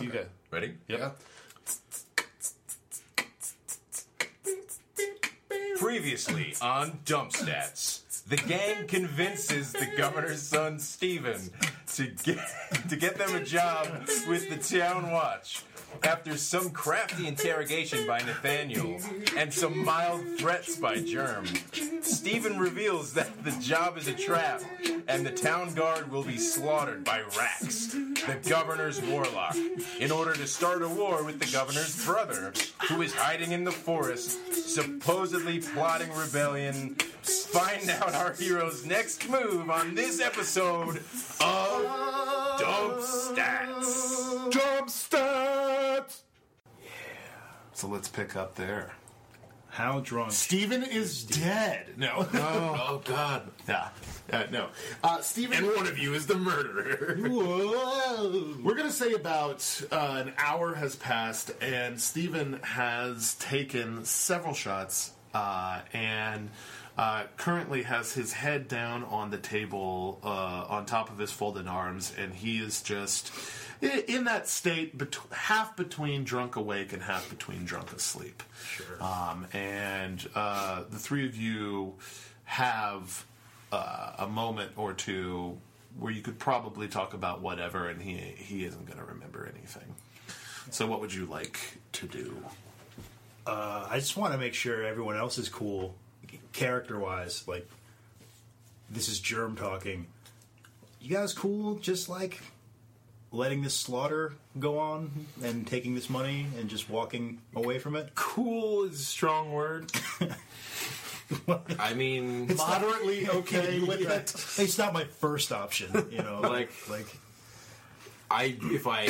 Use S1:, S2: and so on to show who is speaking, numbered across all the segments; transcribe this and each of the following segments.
S1: You go.
S2: Ready?
S1: Yep.
S3: Yeah.
S2: Previously on Dump Stats, the gang convinces the governor's son Stephen to get to get them a job with the town watch. After some crafty interrogation by Nathaniel and some mild threats by Germ, Stephen reveals that the job is a trap and the town guard will be slaughtered by Rax, the governor's warlock, in order to start a war with the governor's brother, who is hiding in the forest, supposedly plotting rebellion. Find out our hero's next move on this episode of Dope Stats.
S3: Jump stats. Yeah. So let's pick up there.
S4: How drunk?
S3: Steven is dead. No.
S1: Oh God.
S3: nah. Uh, no. Uh, Steven.
S1: And one of you is the murderer.
S3: Whoa. We're going to say about uh, an hour has passed, and Steven has taken several shots uh, and uh, currently has his head down on the table uh, on top of his folded arms, and he is just i- in that state bet- half between drunk awake and half between drunk asleep. Sure. Um, and uh, the three of you have uh, a moment or two where you could probably talk about whatever, and he he isn't going to remember anything. So, what would you like to do?
S4: I just want to make sure everyone else is cool, character wise. Like, this is Germ talking. You guys cool? Just like letting this slaughter go on and taking this money and just walking away from it?
S3: Cool is a strong word.
S2: I mean,
S3: Moderately okay with
S4: Yeah.
S3: it.
S4: It's not my first option, you know. like,
S2: Like-
S4: like
S2: I if I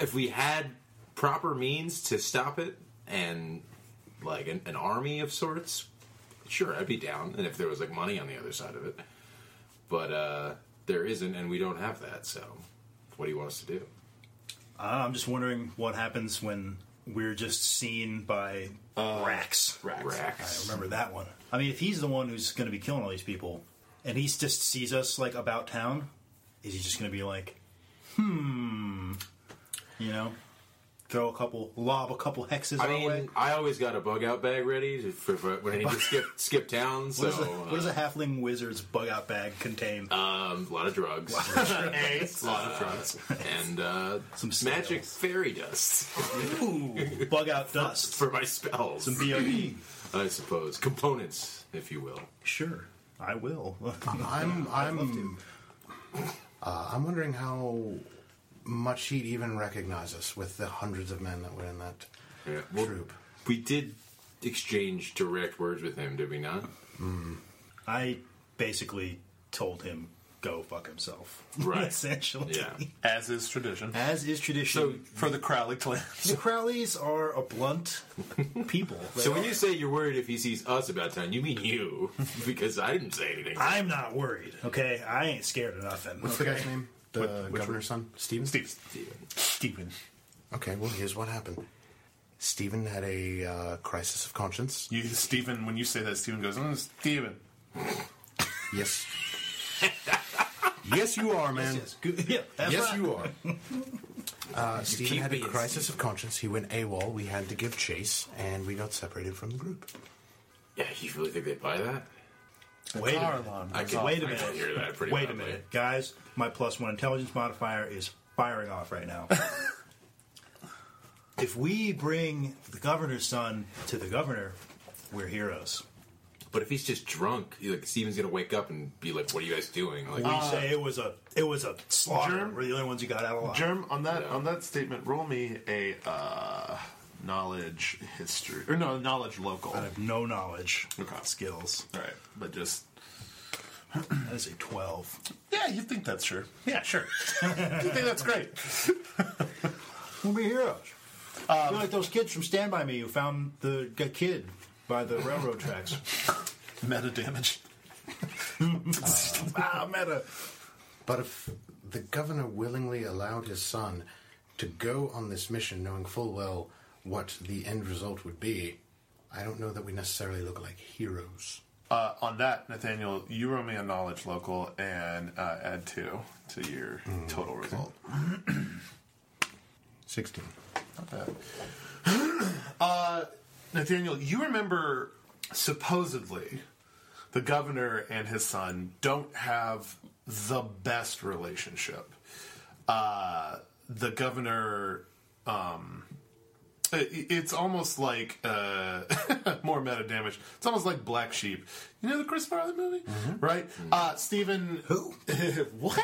S2: if we had proper means to stop it and like an, an army of sorts, sure, I'd be down. And if there was like money on the other side of it, but uh there isn't, and we don't have that. So, what do you want us to do?
S4: I'm just wondering what happens when we're just seen by Rax.
S3: Rax.
S4: I
S2: Racks.
S4: remember that one. I mean, if he's the one who's going to be killing all these people, and he just sees us like about town, is he just going to be like, hmm, you know, throw a couple, lob a couple hexes
S2: I
S4: our way?
S2: mean, I always got a bug out bag ready for, for when I need to skip skip town. So, uh,
S4: What, does a, what does a halfling wizard's bug out bag contain?
S2: um, a lot of drugs,
S3: Ace.
S2: a lot of drugs, and uh,
S4: Some
S2: magic
S4: spells.
S2: fairy dust
S4: Ooh, bug out dust.
S2: for my spells.
S4: Some E. BOD.
S2: I suppose. Components, if you will.
S4: Sure, I will.
S5: I'm I'm uh, I'm wondering how much he'd even recognize us with the hundreds of men that were in that
S2: Yeah. Well,
S5: troop.
S2: we did exchange direct words with him, did we not?
S4: I basically told him, go fuck himself.
S2: Right.
S4: Essentially.
S2: Yeah.
S3: As is tradition.
S4: As is tradition.
S3: So, for the Crowley clan.
S4: The Crowleys are a blunt people.
S2: So when you say you're worried if he sees us about town, you mean you, because I didn't say anything.
S4: I'm not worried, okay? I ain't scared of nothing.
S5: What's the guy's name? The governor's son, Stephen. Steve.
S4: Steven.
S5: Okay, well here's what happened. Stephen had a uh, crisis of conscience.
S1: You, Stephen. When you say that, Stephen goes, "Mm, Stephen."
S5: Yes. yes, you are, man.
S4: Yes, good. Yeah, that's
S5: Yes,
S4: right.
S5: you are. Uh, Stephen
S2: keep
S5: had a
S2: being
S5: crisis of conscience. He went AWOL. We had to give chase, and we got separated from the group.
S2: Yeah, you really think they buy that?
S4: Wait a minute.
S3: Carlon.
S2: I can,
S4: Wait a
S2: I can
S4: minute.
S2: hear that pretty
S4: Wait a
S2: loudly.
S4: minute. Guys, my plus one intelligence modifier is firing off right now. if we bring the governor's son to the governor, we're heroes.
S2: But if he's just drunk, you- like Steven's gonna wake up and be like, "What are you guys doing?" Like,
S4: We say it was a it was a slaughter.
S3: Germ-
S4: We're the only ones who got out alive.
S3: Germ, on that on that statement, roll me a uh, knowledge history or no knowledge local.
S4: I have no knowledge,
S3: Okay.
S4: skills.
S3: All right, but just
S4: That is a twelve.
S3: yeah, you think that's true? Yeah, sure. you think that's great?
S4: We'll be heroes. Um, You're like those kids from Stand By Me who found the g- kid by the railroad tracks.
S3: Meta damage.
S4: ah, meta.
S5: But if the governor willingly allowed his son to go on this mission, knowing full well what the end result would be, I don't know that we necessarily look like heroes.
S3: Uh, on that, Nathaniel, you roll me a knowledge local Mm, and uh, add two to your total result.
S5: 16.
S3: Uh, Nathaniel, you remember supposedly the governor and his son don't have the best relationship. Uh, the governor, um, it- it's almost like uh, more meta damage. It's almost like Black Sheep. You know the Chris Farley movie, right? Uh, Stephen, who? what?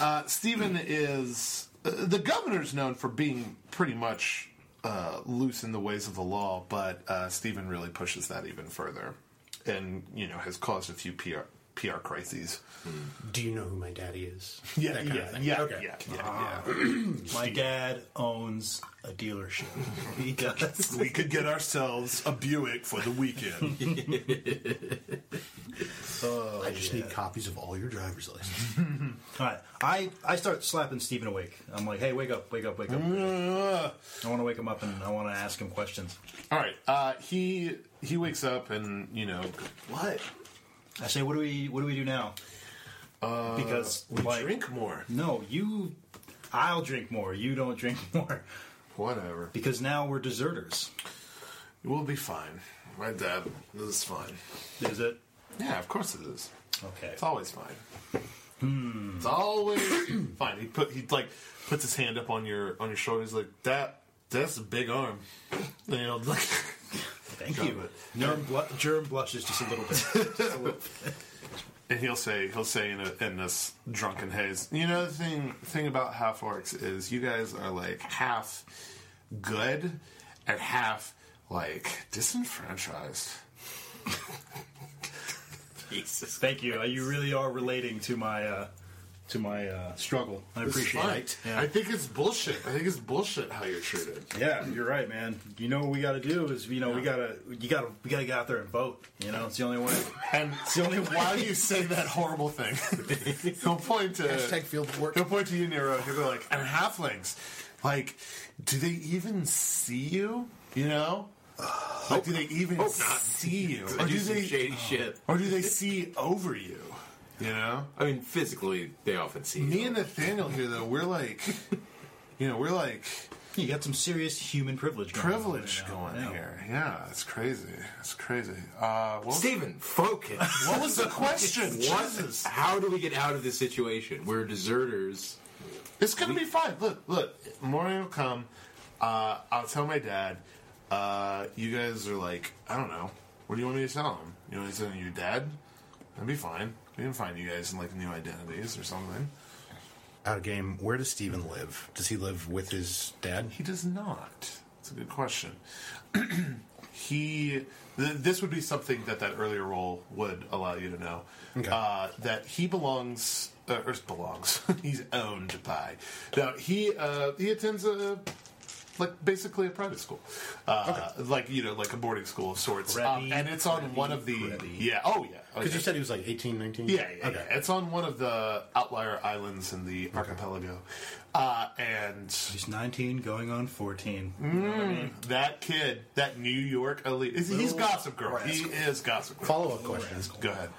S3: uh, Stephen is uh, the governor's known for being pretty much uh, loose in the ways of the law, but uh, Stephen really pushes that even further, and you know has caused a few PR PR crises.
S5: Do you know who my daddy is?
S3: Yeah,
S5: That kind of
S3: yeah,
S5: thing.
S3: yeah,
S5: Okay.
S3: yeah, yeah,
S4: My dad owns a dealership. He does.
S3: yeah. we could get ourselves a Buick for the weekend.
S5: I just need copies of all your driver's license.
S4: All right, I, I start slapping Stephen awake. I'm like, hey, wake up, wake up, wake up.
S3: Uh,
S4: I want to wake him up and I want to ask him questions.
S3: all right, uh, he he wakes up and you know what?
S4: I say, what do we what do we do now? Uh, because
S3: We
S4: like,
S3: drink more.
S4: no, you, I'll drink more. You don't drink more
S3: Whatever.
S4: because now we're deserters.
S3: We'll be fine. My dad this is fine.
S4: Is it
S3: Yeah, of course it is.
S4: okay?
S3: It's always fine. It's always fine. He put he like puts his hand up on your on your shoulder. He's like that. That's a big arm. You know, like
S4: Thank
S3: Got
S4: you.
S3: it.
S4: Germ, blu- germ blushes just a little bit.
S3: and he'll say he'll say in, a, in this drunken haze. You know the thing thing about half orcs is you guys are like half good and half like disenfranchised.
S6: Jesus.
S4: Thank you. Uh, you really are relating to my uh, to my uh, struggle. I
S3: It's
S4: appreciate
S3: fine.
S4: it. Yeah.
S3: I think it's bullshit. I think it's bullshit how you're treated.
S4: Yeah, you're right, man. You know what we got to do is, you know, we gotta, you gotta, we gotta get out there and vote. You know, it's the only way.
S3: And
S4: the only way.
S3: why do you say that horrible thing? he'll point to
S5: Hashtag field work.
S3: He'll point to you, Nero. He'll go like, "And halflings, like, do they even see you? You know, like, do they even see you, or
S6: I do
S3: do
S6: some
S3: they,
S6: shady shit.
S3: or do they see over you? You know,
S6: I mean, physically, they often see.
S3: me and Nathaniel here, though, we're like, you know, we're like
S4: You got some serious human privilege. Going on
S3: privilege
S4: right now.
S3: going
S4: Yeah.
S3: here. Yeah, it's crazy. It's crazy. Uh, what, was,
S6: Stephen, focus.
S3: what was the question? Jesus.
S6: How do we get out of this situation? We're deserters.
S3: It's gonna be fine. Look, look. Morning will come. Uh, I'll tell my dad. Uh, you guys are like, I don't know. What do you want me to tell him? You know, he's telling your dad. That'd be fine. We can find you guys in like new identities or something.
S5: Out of game, where does Steven live? Does he live with his dad?
S3: He does not. It's a good question. he. Th- this would be something that that earlier role would allow you to know.
S5: Okay.
S3: Uh, that he belongs. Uh, or belongs. he's owned by. Now he uh, he attends a. Like basically a private school, uh, like you know, like a boarding school of sorts, um,
S4: Preppy,
S3: and it's on one of the yeah, oh yeah, oh,
S5: Because
S3: yeah.
S5: you said he was like 18, 19?
S3: Yeah, yeah,
S5: okay.
S3: yeah. It's on one of the outlier islands in the archipelago. Uh, and
S4: He's 19, going on 14.
S3: that kid, that New York elite, is, he's Gossip Girl. He is Gossip Girl.
S5: Follow up questions.
S3: Go ahead.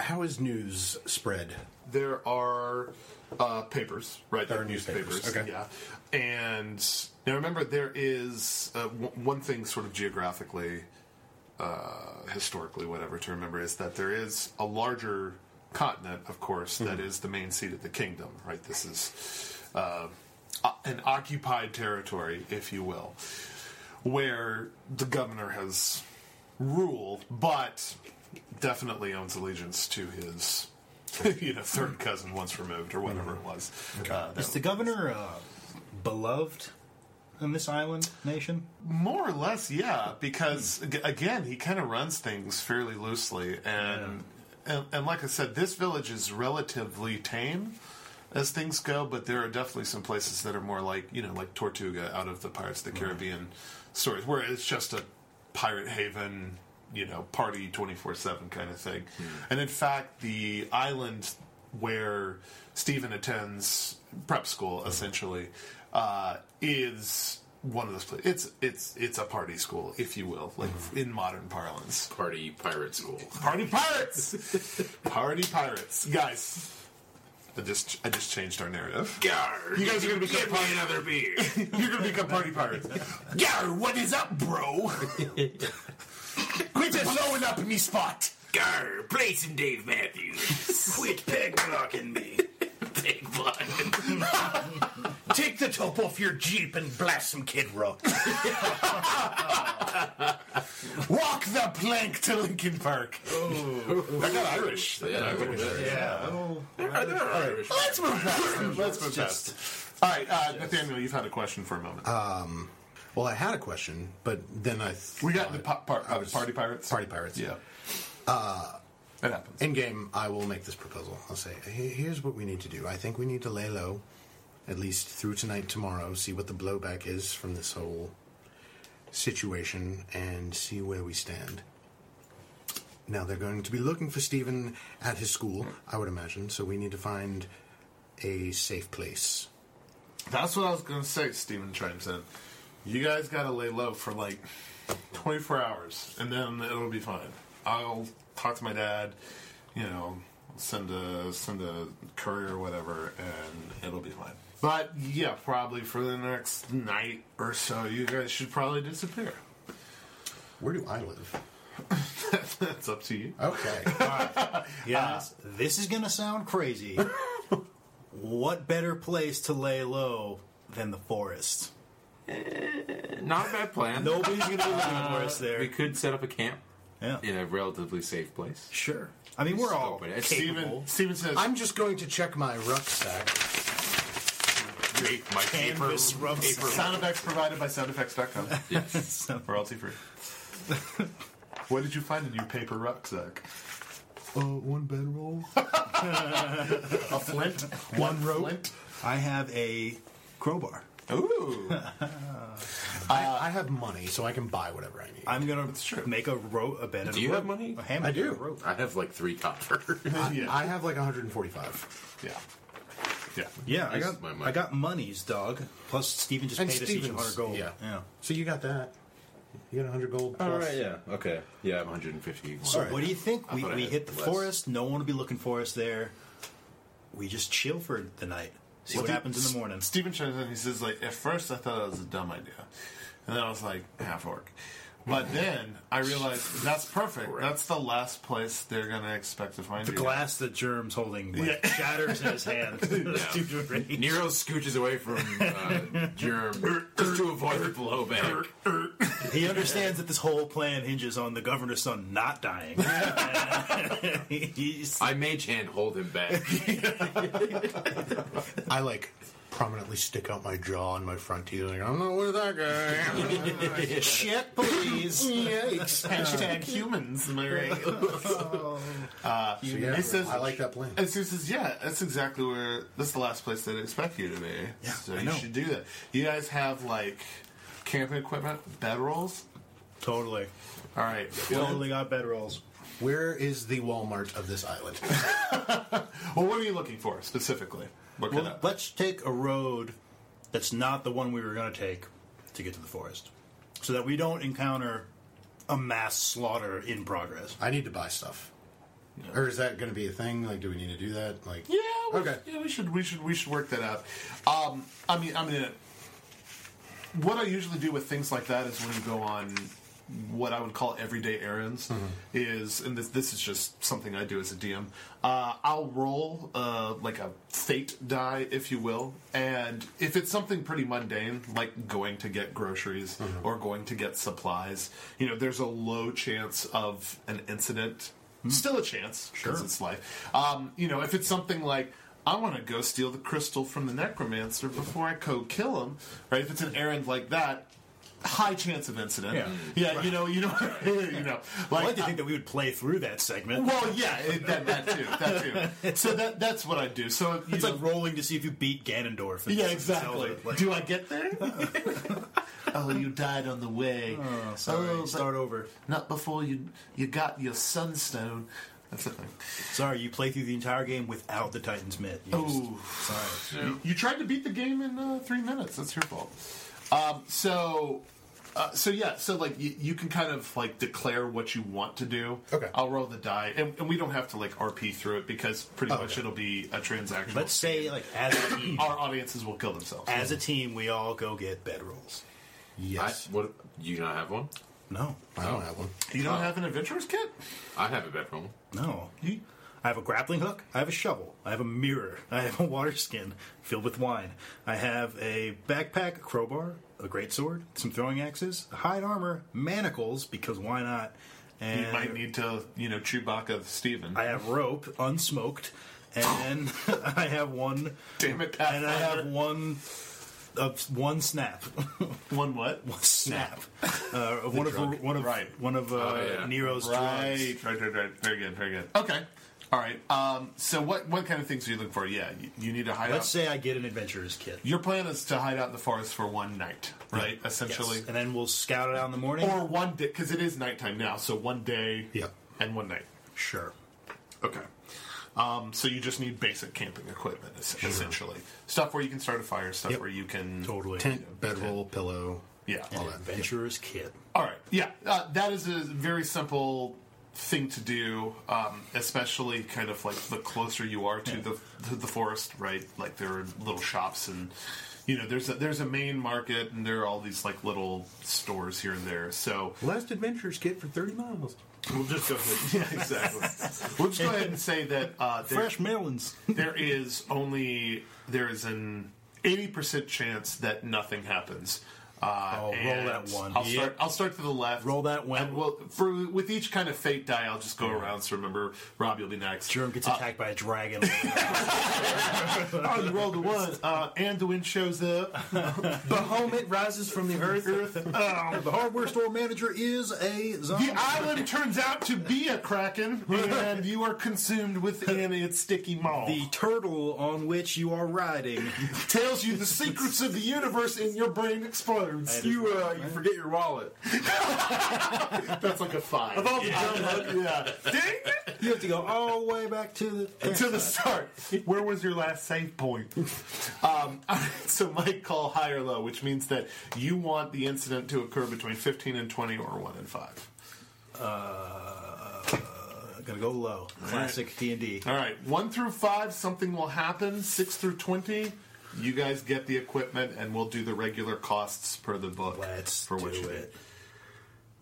S5: How is news spread?
S3: There are uh, papers, right?
S5: There are newspapers, okay.
S3: Yeah. And now remember, there is uh, w- one thing sort of geographically, uh, historically, whatever to remember is that there is a larger continent, of course, that
S5: Hmm.
S3: is the main seat of the kingdom, right? This is uh, o- an occupied territory, if you will, where the governor has rule, but definitely owns allegiance to his. you know, third cousin once removed, or whatever it was. Uh, that
S4: Is the governor uh, beloved in this island nation?
S3: More or less, yeah. Because ag- again, he kind of runs things fairly loosely, and, and and like I said, this village is relatively tame as things go. But there are definitely some places that are more like you know, like Tortuga out of the Pirates of the Caribbean stories, where it's just a pirate haven, you know, party twenty four seven kind of thing. And in fact, the island where Stephen attends prep school, essentially, uh, is one of those places. It's it's it's a party school, if you will, like in modern parlance.
S6: Party pirate school.
S3: Party pirates, party pirates, guys.
S7: I just I just changed our narrative.
S8: Gar,
S7: You guys are gonna become
S8: give me another beer.
S7: You're gonna become party pirates.
S8: Gar, what is up, bro?
S7: Quit blowing up me spot.
S8: Gar, play some Dave Matthews. Quit peg blocking me. peg blocking.
S9: Take the top off your Jeep and blast some Kid Rock.
S7: Walk the plank to Lincoln Park. Oh, I got Irish.
S4: oh,
S8: Are there Irish?
S7: Let's move past. Let's move past. All right, uh, Nathaniel, you've had a question for a moment.
S5: Well, I had a question, but then I th-
S7: we got the pop par- uh, party pirates.
S5: party pirates.
S7: Yeah. Uh, it happens.
S5: In game, I will make this proposal. I'll say, "Here- here's what we need to do. I think we need to lay low, at least through tonight, tomorrow, see what the blowback is from this whole situation, and see where we stand. Now, they're going to be looking for Stephen at his school, I would imagine, so we need to find a safe place.
S3: That's what I was gonna say. Steven chimes in. You guys gotta lay low for like 24 hours, and then it'll be fine. I'll talk to my dad. You know, send a send a courier or whatever, and it'll be fine. But yeah, probably for the next night or so, you guys should probably disappear.
S5: Where do I live?
S3: That's up to you.
S5: Okay.
S4: Yes, uh, this is gonna sound crazy. what better place to lay low than the forest?
S6: Not a bad plan.
S4: Nobody's gonna be looking for us there.
S6: We could set up a camp
S9: Uh,
S4: Yeah,
S6: in a relatively safe place.
S4: sure. I mean, we're all
S6: Scope it. It's
S3: Steven,
S4: capable.
S3: Steven says,
S5: I'm just going to check my rucksack.
S7: Great, my paper.
S4: Canvas rubs.
S3: sound effects provided by soundeffects.com. Royalty free. what did you find in your paper rucksack?
S5: Uh, one bedroll.
S3: A flint? One rope?
S4: I have a crowbar.
S7: Ooh.
S5: I, I have money, so I can buy whatever I need.
S4: I'm gonna make a rope, a bed. and
S6: Do
S4: a
S6: you
S4: rope.
S6: have money?
S4: A hammock
S5: I do.
S4: and a rope.
S8: I have like three copper.
S5: I, I have like 145.
S3: Yeah. Yeah.
S4: Yeah, I
S8: This
S4: got
S8: is my
S4: my
S8: money.
S4: I got monies, dog. Plus, Steven just
S5: And
S4: paid us each
S5: Steven's,
S4: 100 gold.
S5: yeah. So you got that. You got 100 gold. Plus.
S8: All right, yeah, okay, yeah, I'm 150.
S4: So what do you think?
S8: I
S4: We,
S8: thought I
S4: we
S8: had
S4: hit the
S8: less.
S4: forest. No one will be looking for us there. We just chill for the night. See what,
S3: Ste-
S4: happens in the morning.
S3: Steven chimes in. He says, like, at first I thought it was a dumb idea, and then I was like, half orc. But then I realized that's perfect. That's the last place they're gonna expect to find
S4: The
S3: you.
S4: glass that Germ's holding like, shatters in his hand. Steven's ready.
S6: Nero scooches away from uh, Germ just to avoid the blowback.
S4: He understands that this whole plan hinges on the governor's son not dying. He's-
S6: I mage hand hold him back.
S5: I like prominently stick out my jaw and my front teeth. Like, I'm not with that guy.
S4: Shit, please.
S5: Yikes.
S3: Hashtag humans, am I right?
S5: So, yeah,
S3: It says-
S5: I like that plan.
S8: Uh,
S3: And Sue says, "Yeah, that's exactly where. That's the last place they'd expect you to be. Yeah, so
S4: I
S3: you
S4: know.
S3: should do that. You guys have like camping equipment, bedrolls.
S4: totally.
S3: All right. Well,
S4: Totally got bedrolls.
S5: Where is the Walmart of this island?
S3: well, what are you looking for specifically? Look it
S4: Well,
S3: up.
S4: let's take a road that's not the one we were going to take to get to the forest, so that we don't encounter a mass slaughter in progress.
S5: I need to buy stuff. Or is that going to be a thing? Like, do we need to do that? Like,
S3: Yeah. We,
S5: Okay.
S3: Yeah, we should we should we should work that out. Um, I mean, I mean, what I usually do with things like that is when you go on what I would call everyday errands is, and this this is just something I do as a DM. Uh, I'll roll uh, like a fate die, if you will, and if it's something pretty mundane, like going to get groceries or going to get supplies, you know, there's a low chance of an incident. Still a chance because it's life. Um, you know, if it's something like I want to go steal the crystal from the necromancer before I co kill him, right? If it's an errand like that, high chance of incident.
S4: Yeah.
S3: you know, you know, you know,
S4: I like
S3: like. uh,
S4: to think that we would play through that segment.
S3: well, yeah, it, that, that too, that too. So that that's what I do. So you
S4: it's
S3: know,
S4: like rolling to see if you beat Ganondorf. in
S3: yeah,
S4: Zelda.
S3: exactly.
S4: Like,
S3: do I get there? oh, you died on the way. Oh,
S4: sorry,
S3: but
S4: start over.
S3: Not before you you got your sunstone. That's the thing.
S4: Sorry, you play through the entire game without the Titan's Myth. You
S3: Ooh.
S4: just- sorry.
S3: You tried to beat the game in uh, three minutes. That's your fault. Um, so Uh, so yeah, so like you, you can kind of like declare what you want to do.
S5: Okay.
S3: I'll roll the die, and, and we don't have to like RP through it because pretty much it'll be a transaction.
S4: Oh, Let's say, like, as a team,
S3: our audiences will kill themselves.
S4: as a team, we all go get bedrolls.
S5: Yes.
S6: What? You not have one?
S4: No,
S5: I, don't have one.
S3: you don't have an adventurer's kit?
S6: I have a bedroom.
S4: no. I have a grappling hook. I have a shovel. I have a mirror. I have a water skin filled with wine. I have a backpack, a crowbar, a greatsword, some throwing axes, hide armor, manacles because why not? And
S3: You might need to, you know, Chewbacca Steven.
S4: I have rope, unsmoked, and then I have one,
S3: Damn it,
S4: and I have one, uh, one snap,
S3: one what?
S4: one snap, uh, one, of, one of
S3: Right. Oh,
S4: one of uh,
S6: yeah.
S4: Nero's drugs.
S3: Right, right, right, right. Very good, very good. Okay. All right. Um, so what what kind of things are you looking for? Yeah, you, you need to hide
S4: Let's
S3: out.
S4: say I get an adventurer's kit.
S3: Your plan is to hide out in the forest for one night, right?
S4: Yes.
S3: Essentially.
S4: And then we'll scout it out in the morning.
S3: Or one day, because it is nighttime now, so one day
S4: Yeah.
S3: and one night.
S4: sure.
S3: Okay. Um, so you just need basic camping equipment, es- essentially. Stuff where you can start a fire, stuff
S4: Yep.
S3: where you can.
S4: Totally.
S5: Tent, bedroll, pillow.
S3: Yeah.
S4: An adventurer's kit.
S3: All right. Yeah. Uh, that is a very simple thing to do, um, especially kind of like the closer you are to the to the forest, right? Like there are little shops and. You know, there's a, there's a main market, and there are all these like little stores here and there. So
S5: Last adventurer's kit for 30 miles.
S3: We'll just go ahead. Yeah, exactly. we'll just go ahead and say that uh, there,
S4: Fresh melons.
S3: there is only there is an eighty percent chance that nothing happens. Uh,
S4: Oh, roll
S3: and
S4: that one.
S3: I'll start. I'll start to the left.
S4: Roll that one.
S3: And we'll, for with each kind of fate die, I'll just go around. So remember, Rob, you'll be next. Uh,
S4: Jerome gets attacked by a dragon.
S3: Oh, you rolled a one, uh, and the wind shows up.
S9: Bahomit rises from the earth.
S4: the hardware store manager is a zombie.
S3: The island turns out to be a kraken, and you are consumed within its sticky maw.
S4: The turtle on which you are riding.
S3: tells you the secrets of the universe, and your brain explodes.
S6: You uh, you forget your wallet.
S3: That's like a five. Of all the dumb yeah. Dang it!
S4: You have to go all the way back to the.
S3: To the start. Where was your last save point? Um, all right, so Mike, call high or low, which means that you want the incident to occur between 15 and 20 or 1 and 5.
S4: Uh, gonna go low. Classic D and D.
S3: All right, 1 through 5, something will happen. 6 through 20, you guys get the equipment and we'll do the regular costs per the book.
S4: Let's
S3: for
S4: do
S3: what you need.
S4: it.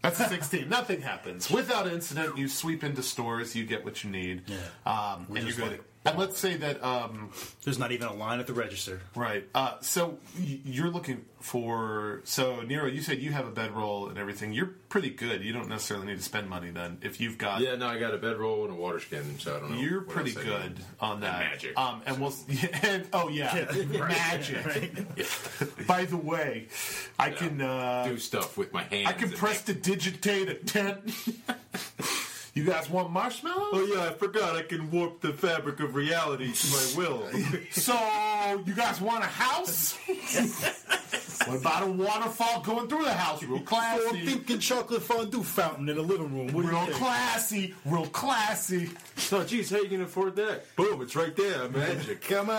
S3: That's a 16. Nothing happens. Without incident, you sweep into stores, you get what you need.
S4: Yeah.
S3: Um, and you
S4: just
S3: go
S4: like-
S3: and let's say that, um,
S4: There's not even a line at the register.
S3: right. Uh, so y- you're looking for. So, Nero, you said you have a bedroll and everything. You're pretty good. You don't necessarily need to spend money then. If you've got.
S6: Yeah, no, I got a bedroll and a water skin, so I don't know.
S3: You're
S6: what
S3: pretty
S6: else I
S3: good
S6: need.
S3: on that.
S6: magic.
S3: Um, and we'll. and, oh, yeah. Magic. By the way, I can. Uh,
S6: do stuff with my hands.
S3: I can
S6: and
S3: press
S6: make-
S3: to digitate a tent. you guys want marshmallows?
S6: Oh yeah, I forgot. I can warp the fabric of reality to my will.
S3: So, you guys want a house? what about a waterfall going through the house? Real
S4: So I'm
S3: classy.
S4: thinking chocolate fondue fountain in the living room. What do
S3: Real
S4: you think?
S3: classy. Real classy.
S6: so, geez, how you gonna afford that? Boom, it's right there. Magic.
S4: Come on.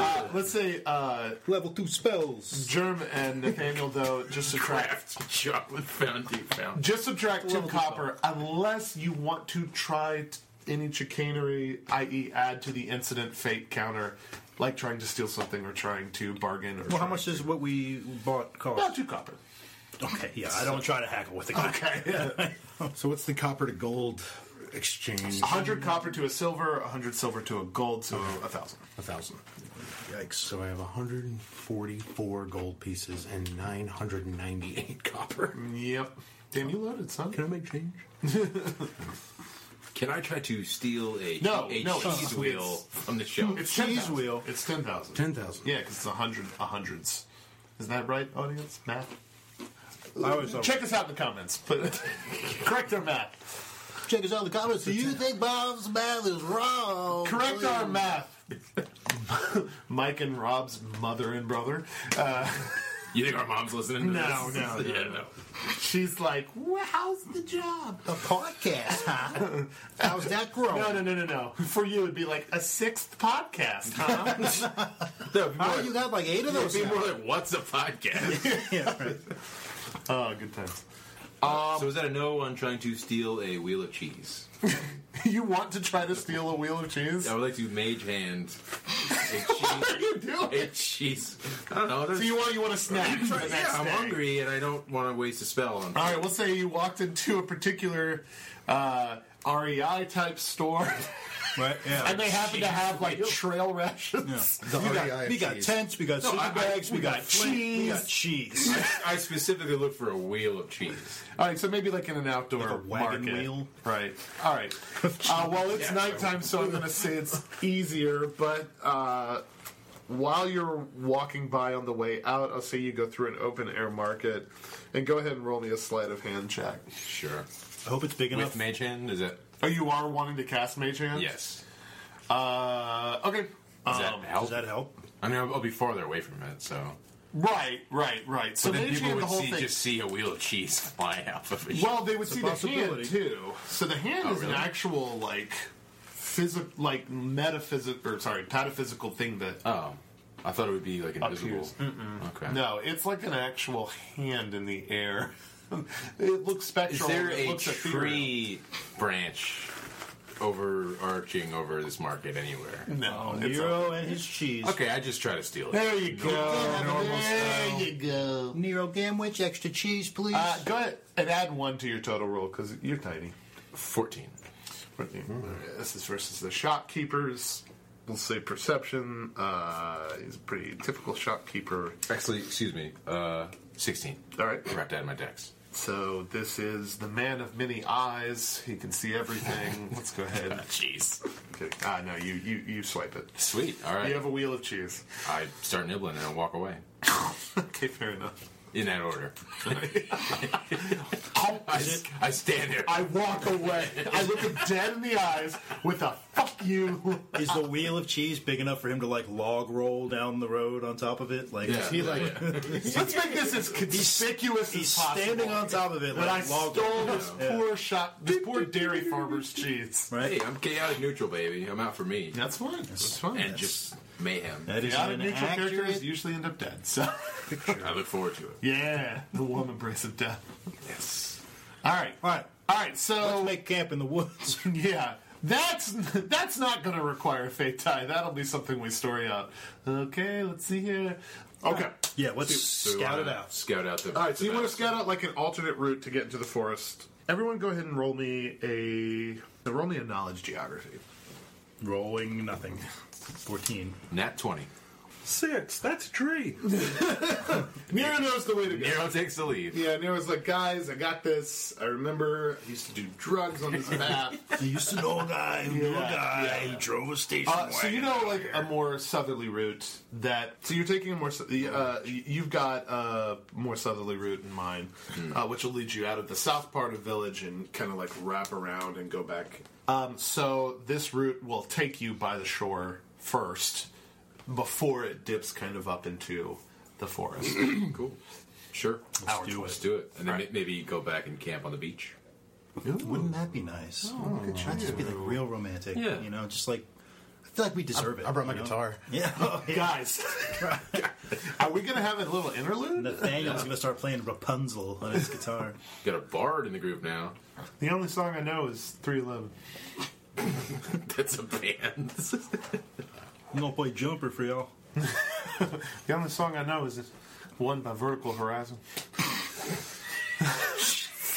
S3: Uh, let's say uh,
S4: Level two spells.
S3: Germ and Nathaniel, though, just subtract.
S6: Craft chocolate fountain fountain.
S3: Just subtract two
S4: Level two
S3: copper unless you want to try t- any chicanery, i.e., add to the incident fate counter, like trying to steal something or trying to bargain. Or
S4: Well, how
S3: trying
S4: much
S3: to-
S4: does what we bought
S3: About
S4: cost?
S3: two copper.
S4: Okay, yeah, I don't try to hack it with a
S5: So what's the copper to gold exchange?
S3: 100 copper to a silver, 100 silver to a gold, so a thousand.
S5: A thousand.
S4: Yikes.
S5: So I have 144 gold pieces and 998 copper.
S3: Yep. Damn, you loaded, son.
S5: Can I make change?
S6: Can I try to steal a
S3: No,
S6: a
S3: no,
S6: cheese
S3: it's-
S6: wheel from the shelf?
S3: It's 10,000.
S4: Cheese wheel.
S3: It's 10,000.
S5: 10,000.
S3: Yeah, because it's a 100, a hundreds. Isn't that right, audience? Math?
S4: I always thought-
S3: Check us out in the comments. But correct our math.
S4: Check us out in the comments. Do you think Bob's math is wrong?
S3: Correct our math. Mike and Rob's mother and brother. Uh,
S6: You think our mom's listening? To
S3: No,
S6: this?
S3: no, no,
S6: yeah,
S3: no.
S6: no.
S3: she's like, well, how's the job?
S4: The podcast, huh? How's that growing?
S3: No, no, no, no, no. For you, it'd be like a sixth podcast, huh?
S6: That'd be
S4: How
S6: more,
S4: you got like eight of those?
S6: that'd be
S4: now?
S6: more like what's a podcast?
S4: Yeah, right.
S3: Oh, good times. um,
S2: so is that a no on trying to steal a wheel of cheese?
S3: you want to try to steal a wheel of cheese?
S2: I would like to mage hand a cheese.
S3: You do.
S2: a cheese. I don't know. there's-
S3: So you want you want a snack for the next
S2: yeah, I'm
S3: day.
S2: hungry and I don't want to waste a spell on.
S3: All right, we'll say you walked into a particular uh, REI type store,
S4: Right? Yeah.
S3: and they happen to have like trail rations.
S5: The
S4: we
S5: REI
S4: got,
S5: of
S4: we got
S5: cheese.
S4: tents, we got sleeping
S2: I- I-
S4: bags, we,
S2: we
S4: got,
S2: got flint,
S4: cheese.
S2: we
S4: We
S2: got-
S4: got cheese.
S2: I specifically look for a wheel of cheese.
S3: All right, so maybe like in an outdoor
S4: Like a wagon
S3: market.
S4: wheel?
S3: right? All right. Uh, well, it's nighttime, so I'm going to say it's easier. But uh, while you're walking by on the way out, I'll say you go through an open air market, and go ahead and roll me a sleight of hand check.
S2: Sure.
S4: I hope it's big enough.
S2: With mage hand, is it?
S3: Oh, you are wanting to cast mage hand?
S2: Yes.
S3: Uh, okay.
S2: Does that
S3: Um,
S2: help?
S4: Does that help?
S2: I mean, I'll, I'll be farther away from it, so.
S3: Right, right, right. So
S2: But then
S3: mage
S2: people
S3: hand, the
S2: would
S3: whole
S2: see,
S3: thing.
S2: just see a wheel of cheese fly out of it.
S3: Well, they would see the hand
S4: possibility.
S3: too. So the hand is
S2: really?
S3: an actual like physic, like metaphysic, or sorry, pataphysical thing that.
S2: oh, I thought it would be like invisible.
S3: Appears.
S2: Okay.
S3: No, it's like an actual hand in the air. it looks
S2: Is
S3: spectral.
S2: there
S3: it
S2: a
S3: looks
S2: tree branch overarching over this market anywhere?
S3: ethereal. No, it's a-
S4: Nero and his cheese.
S2: Okay, I just try to steal it.
S3: there you go. there you go.
S4: Nero Gamwich, extra cheese, please.
S3: Uh, go ahead and add one to your total roll because you're tiny. uh,
S2: 14.
S3: This is versus the shopkeepers. We'll say perception. Uh, he's a pretty typical shopkeeper.
S2: Actually, excuse me, uh, 16.
S3: All right.
S2: I forgot to add my dex.
S3: So this is the man of many eyes. He can see everything. Let's go ahead.
S2: Jeez.
S3: Okay. Ah, no, you you you swipe it.
S2: Sweet, alright.
S3: You have a wheel of cheese.
S2: I start nibbling and I walk away.
S3: Okay, fair enough.
S2: In that order. I, s- I stand there.
S3: I walk away. I look him dead in the eyes with a "fuck you."
S4: Is the wheel of cheese big enough for him to like log roll down the road on top of it? Like
S2: Yeah,
S4: he,
S2: yeah,
S4: like
S2: yeah.
S3: Let's make this as conspicuous
S4: he's
S3: as possible.
S4: standing on top of it
S3: But I
S4: like log
S3: stole this
S4: Yeah.
S3: poor shop, this poor dairy farmer's cheese.
S4: right?
S2: Hey, I'm chaotic neutral, baby. I'm out for me.
S3: That's fine. That's fine.
S2: And just mayhem.
S4: That is
S3: Out of
S4: an
S3: neutral characters
S4: accurate
S3: usually end up dead. So
S2: I look forward to it.
S3: yeah, the warm embrace of death.
S2: Yes.
S3: All right,
S4: All right,
S3: all right. So
S4: let's make camp in the woods.
S3: yeah, that's that's not going to require a fate tie. That'll be something we story out. Okay, let's see here. Okay.
S4: Yeah, let's
S2: So we
S4: scout it
S2: wanna
S4: out.
S2: Scout out the.
S3: All right, so
S2: the
S3: you want to
S2: best.
S3: scout out like an alternate route to get into the forest. Everyone, go ahead and roll me a roll me a knowledge geography.
S4: Rolling nothing. Fourteen.
S2: Nat 20.
S9: Six. That's tree.
S3: Nero knows the way to go.
S2: Nero takes the lead.
S3: Yeah, Nero's like, guys, I got this. I remember I used to do drugs on this map.
S4: I used to know a guy. who knew a
S3: Yeah,
S4: guy.
S9: I drove a station
S3: Uh, so you know, like a more southerly route that. So you're taking a more. sou- Uh, you've got a more southerly route in mind, uh, which will lead you out of the south part of village and kind of like wrap around and go back. Um, so this route will take you by the shore first, before it dips kind of up into the forest.
S2: Cool. Sure.
S3: Hour
S4: do
S3: twenty.
S2: Let's do it. And then may- maybe go back and camp on the beach.
S4: Wouldn't that be nice? That'd just be like real romantic.
S2: Yeah.
S4: You know, just like I feel like we deserve it.
S5: I brought my
S4: you know?
S5: guitar.
S4: Yeah. Oh, yeah.
S3: Guys, are we gonna have a little interlude?
S4: Nathaniel's gonna start playing Rapunzel on his guitar.
S2: Got a bard in the group now.
S3: The only song I know is 311.
S2: That's a band.
S4: I'm gonna play Jumper for y'all.
S3: The only song I know is one by Vertical Horizon.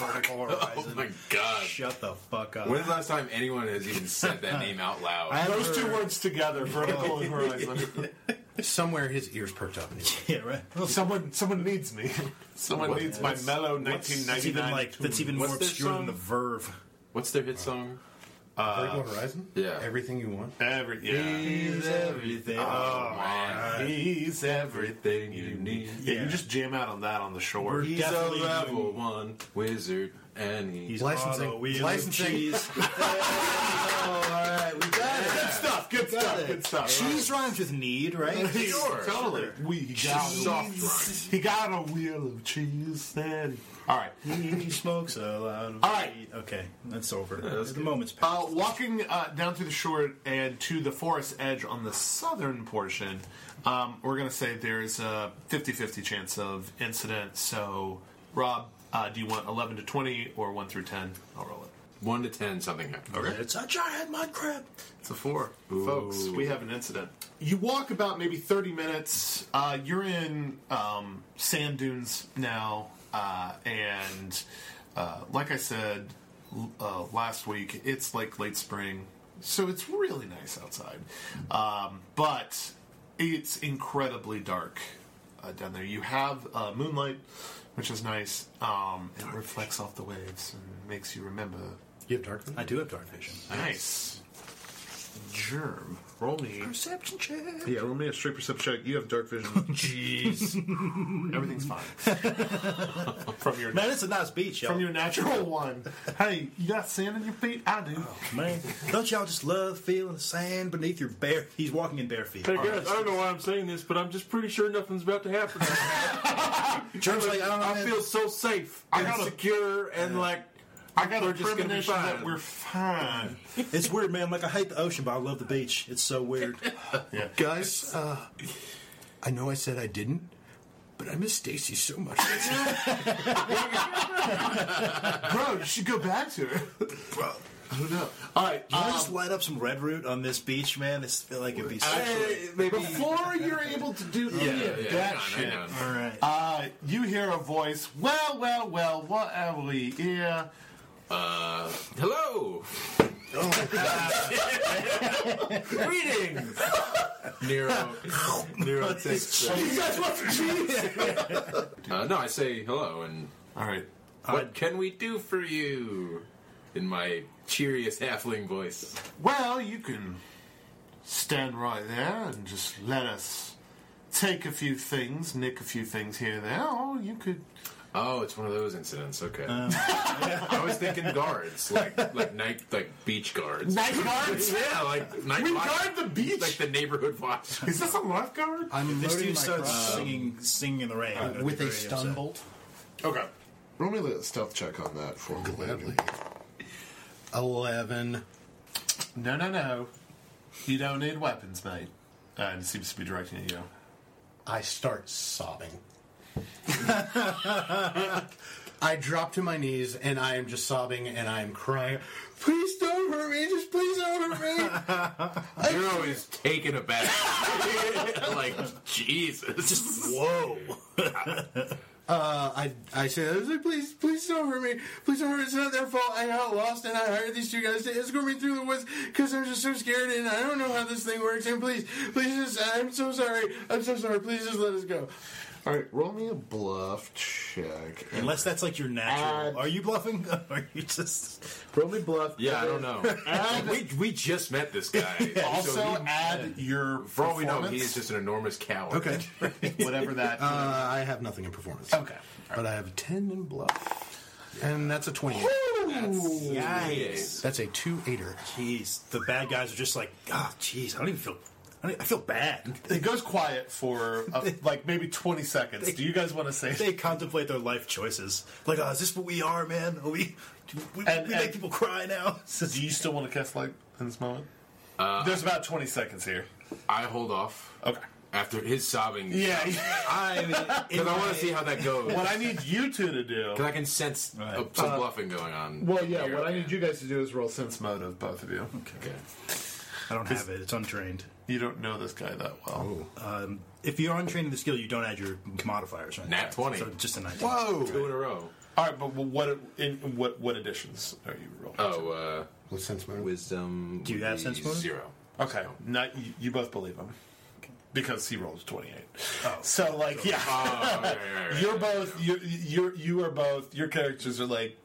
S4: Vertical
S2: oh
S4: Horizon.
S2: my god.
S4: Shut the fuck up.
S2: When's the last time anyone has even said that name out loud?
S4: I haven't
S3: Those two
S4: heard-
S3: words together, Vertical and Horizon.
S5: Somewhere his ears perked up. And he
S4: Yeah, right.
S3: Someone, someone needs me. Someone needs my mellow
S4: That's
S3: 1999.
S4: even like that's even
S2: What's
S4: more
S2: their
S4: obscure than
S2: song?
S4: the Verve.
S2: What's their hit song?
S5: Vertical Horizon?
S2: yeah.
S5: Everything you want.
S3: Every, yeah.
S2: He's everything. Oh, man.
S3: He's everything.
S2: Everything you need.
S3: Yeah,
S4: Yeah.
S3: you just jam out on that on the shore.
S4: We're-
S2: He's a
S4: Definitely
S2: level one wizard, and he.
S4: He's
S5: Licensing.
S4: auto wheel of
S5: Licensing.
S4: cheese. oh, all right, we got it.
S3: Good stuff, good
S4: Got
S3: stuff,
S4: it.
S3: good stuff.
S4: Cheese rhymes with need, right?
S2: Sure.
S3: Totally. We got
S2: Soft rhyme.
S3: He got a wheel of cheese then. All right.
S4: he smokes a lot of
S3: All right.
S4: weed. Okay, that's over. the moment's
S3: Uh,
S4: passed.
S3: walking uh, down to the shore and to the forest edge on the southern portion, um, we're going to say there's a 50 50 chance of incident. So Rob, uh, do you want 11 to 20 or 1 through 10? I'll roll it.
S2: One to ten, something happened.
S4: It's a giant mud crab.
S3: It's a 4. Folks, we have an incident. You walk about maybe 30 minutes. Uh, you're in um, sand dunes now. Uh, and uh, like I said l- uh, last week, it's like late spring. So it's really nice outside. Um, but it's incredibly dark uh, down there. You have uh, moonlight, which is nice. Um, it reflects off the waves and makes you remember.
S5: You have dark vision?
S4: I do have dark vision.
S3: Nice. Germ. Roll me.
S4: Perception check.
S3: Yeah, roll me a straight perception check. You have dark vision. Jeez. Everything's fine. from your
S4: Man, it's a nice beach, y'all.
S3: from your natural one. Hey, you got sand in your feet? I do.
S4: Oh, Man, don't y'all just love feeling the sand beneath your bare? He's walking in bare feet.
S10: Hey guys, I don't know why I'm saying this, but I'm just pretty sure nothing's about to happen.
S4: Germ's like, I don't know.
S10: I
S4: man.
S10: feel so safe
S3: I
S10: and
S3: gotta-
S10: secure, and like
S3: I got
S10: We're
S3: a
S10: just gonna be
S3: premonition that
S10: fine.
S3: we're fine.
S4: It's weird, man. Like I hate the ocean, but I love the beach. It's so weird.
S5: Guys, uh, I know I said I didn't, but I miss Stacy so much.
S3: Bro, you should go back to her. Bro. I don't know. All right.
S4: Can I just light up some red root on this beach, man? This feel like it'd be. So
S2: Actually, maybe.
S3: Before you're able to do any
S2: yeah,
S3: of
S2: yeah,
S3: that
S2: hang on,
S3: shit,
S2: hang on.
S4: all right.
S3: uh, you hear a voice. Well, well, well. What have we here?
S2: Hello.
S10: greetings.
S2: Nero. Nero takes. Uh, uh, no, I say hello, and
S3: All right.
S2: what can we do for you? In my cheeriest halfling voice.
S3: Well, you can stand right there and just let us take a few things, nick a few things here and there, or you could.
S2: Oh, it's one of those incidents. Okay. I was thinking guards, like like night, like beach guards.
S3: Night guards?
S2: Yeah, like night.
S3: we
S2: watch-
S3: guard the beach?
S2: like the neighborhood watch.
S3: Is this a lifeguard?
S5: I'm
S4: this
S5: loading
S4: dude
S5: my
S4: starts
S5: cross
S4: singing, singing in the rain I'd
S5: with
S4: be
S5: a
S4: very
S5: stun
S4: upset.
S5: bolt.
S3: Okay.
S1: Roll me the stealth check on that for me.
S5: Gladly. Eleven.
S3: No, no, no. You don't need weapons, mate. Uh, and it seems to be directing at you.
S5: I start sobbing. I drop to my knees and I am just sobbing and I am crying. Please don't hurt me. Just please don't hurt me.
S2: Nero is taken aback. like Jesus.
S4: Whoa!
S5: Uh, I I say that. I was like, please, please don't hurt me. Please don't hurt me. It's not their fault. I got lost and I hired these two guys to escort me through the woods because I'm just so scared and I don't know how this thing works. And please, please just, I'm so sorry. I'm so sorry. Please just let us go.
S1: All right, roll me a bluff check.
S4: Unless that's like your natural. Are you bluffing? Are you just?
S1: Roll me bluff.
S2: Yeah, I don't know. we we just met this guy.
S3: Also,
S2: so he,
S3: add your
S2: for all we know,
S3: performance,
S2: he's just an enormous coward.
S3: whatever that.
S1: Um,
S5: Uh, I have nothing in performance.
S3: okay.
S5: But I have 10 in bluff. And that's a 28.
S4: Yikes!
S5: That's a 2 8er.
S4: Jeez, the bad guys are just like, oh, jeez, I don't even feel. I, don't, e-, I feel bad.
S3: It goes quiet for uh, like maybe 20 seconds. Do you guys want to say
S4: They contemplate their life choices. Like, oh, is this what we are, man? Are we? do We,
S3: And-
S4: we
S3: and-
S4: make people cry now.
S3: Do you still want to cast light in this moment? Uh, There's about 20 seconds here.
S2: I hold off
S3: Okay.
S2: after his sobbing.
S3: Yeah.
S2: I because I want to see how that goes.
S3: what I need you two to do.
S2: Because I can sense uh, some bluffing going on.
S1: Well, yeah,
S2: here.
S1: what I need you guys to do is roll sense motive, both of you.
S2: Okay.
S4: I don't have it. It's untrained.
S3: You don't know this guy that well.
S4: If you're untrained in the skill, you don't add your modifiers, right?
S2: Nat 20.
S4: So just a 19.
S2: Two in a row.
S3: All right, but what in what what additions are you rolling?
S2: Oh, uh,
S5: What sense motive?
S2: wisdom.
S4: Do you
S2: would
S4: have
S2: be
S4: sense motive?
S2: Zero.
S3: okay, not you, you both believe him because he rolled twenty eight. so like yeah,
S1: uh,
S2: Oh, right, right, right.
S3: Uh, you're both you you're you are both your characters are like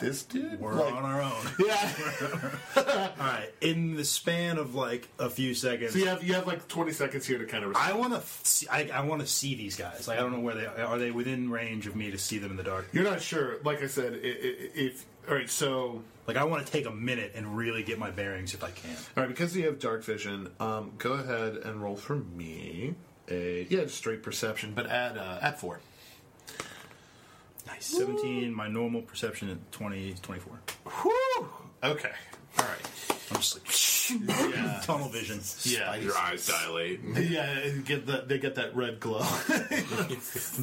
S3: this dude.
S4: We're
S3: Like,
S4: on our own.
S3: yeah.
S4: All right. In the span of like a few seconds,
S3: so you have you have like twenty seconds here to kind of.
S4: I want to. See, I, I want to see these guys. Like I don't know where they are. Are they within range of me to see them in the dark?
S3: You're not sure. Like I said, i- i- if all right, so
S4: Like I want to take a minute and really get my bearings if I can.
S1: All right, because you have dark vision, um, go ahead and roll for me a yeah, just straight perception, but add uh, add four.
S4: Nice. Seventeen. My normal perception at 20, 24.
S3: Whew. Okay. All right.
S4: I'm just like tunnel vision.
S3: Yeah.
S2: Your eyes dilate.
S3: Yeah, and get that they get that red glow.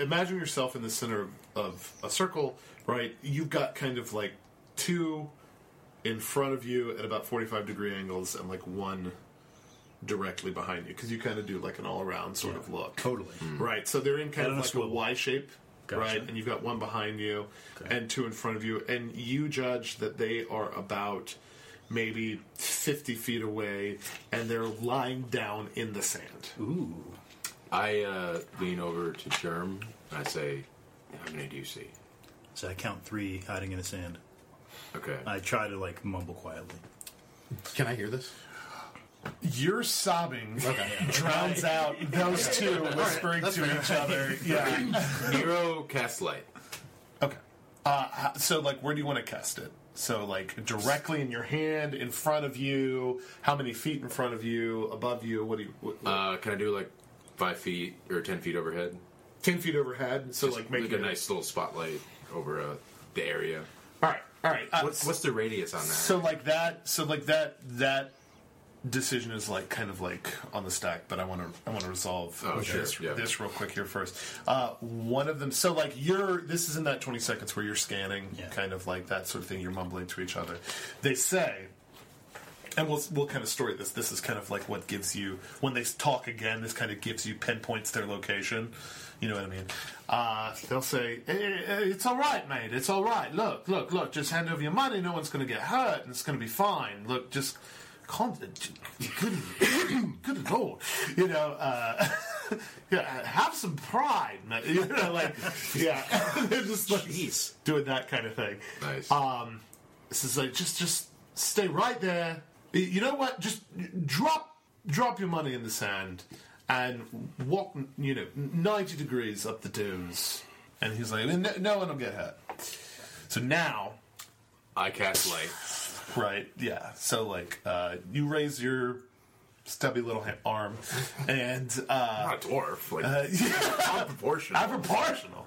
S3: Imagine yourself in the center of, of a circle, right? You've got kind of like two in front of you at about 45 degree angles and like one directly behind you because you kind of do like an all around sort of look.
S4: Totally.
S3: Right, so they're in kind of
S4: And on a
S3: like a
S4: swivel.
S3: Y shape,
S4: Gotcha.
S3: right? And you've got one behind you and two in front of you, and you judge that they are about maybe 50 feet away and they're lying down in the sand.
S2: I uh, lean over to Germ and I say, "How many do you see?"
S4: So I count three hiding in the sand.
S2: Okay.
S4: I try to like mumble quietly.
S5: Can I hear this?
S3: Your sobbing drowns out those two whispering to each other. Yeah.
S2: Nero cast light.
S3: Okay. Uh, h- so, like, where do you want to cast it? So, like, directly in your hand, in front of you, how many feet in front of you, above you? What do you? What,
S2: Uh, can I do like five feet or ten feet overhead?
S3: Ten feet overhead. So, like, make
S2: like a nice little spotlight over uh, the area.
S3: All right. All right. Uh,
S2: What's what's the radius on that?
S3: so like that so like that that decision is like kind of like on the stack but i want to i want to resolve
S2: Oh, sure,
S3: this,
S2: yeah.
S3: this real quick here first uh one of them so like you're this is in that 20 seconds where you're scanning
S4: Yeah.
S3: kind of like that sort of thing you're mumbling to each other they say and we'll we'll kind of story this. This is kind of like what gives you when they talk again. This kind of gives you pinpoints their location. You know what I mean? Uh, they'll say, "Eh, eh, eh, "It's all right, mate. It's all right. Look, look, look. Just hand over your money. No one's going to get hurt, and it's going to be fine. Look, just." Calm, good, good lord, you know, uh, yeah, have some pride, mate. you know, like, yeah, they're just like doing that kind of thing.
S2: nice.
S3: This is like just just stay right there. Y- You know what? Just drop drop your money in the sand and walk. You know, ninety degrees up the dunes. And he's like, no, no one will get hurt. So now,
S2: I cast light.
S3: right? Yeah. So like, uh, you raise your stubby little ha- arm, and uh,
S2: I'm not a dwarf. Like
S3: yeah,
S2: I'm proportional.
S3: I'm proportional.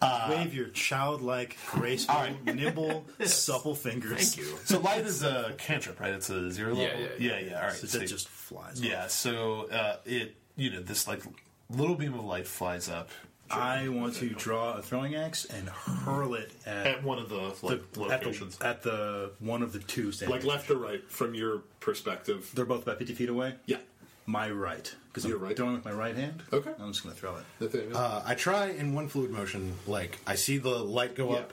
S3: Uh,
S4: Wave your childlike, graceful, nimble, supple fingers.
S2: Thank you.
S3: So light is a cantrip, right? It's a zero level.
S2: yeah,
S3: yeah.
S2: yeah.
S3: All right.
S4: So
S3: so-
S4: that just flies. off.
S3: Yeah, so uh, it you know this like little beam of light flies up
S4: I want to draw a throwing axe and hurl it at
S3: at one of the
S4: the,
S3: like
S4: at
S3: locations,
S4: the at the one of the two standing.
S3: like left or right from your perspective.
S4: They're both about fifty feet away.
S3: Yeah,
S4: My right, because
S3: Your
S4: I'm
S3: right.
S4: throwing with my right hand.
S3: Okay.
S4: I'm just going to throw it.
S5: Uh, I try in one fluid motion. Like I see the light go
S3: Yeah.
S5: up.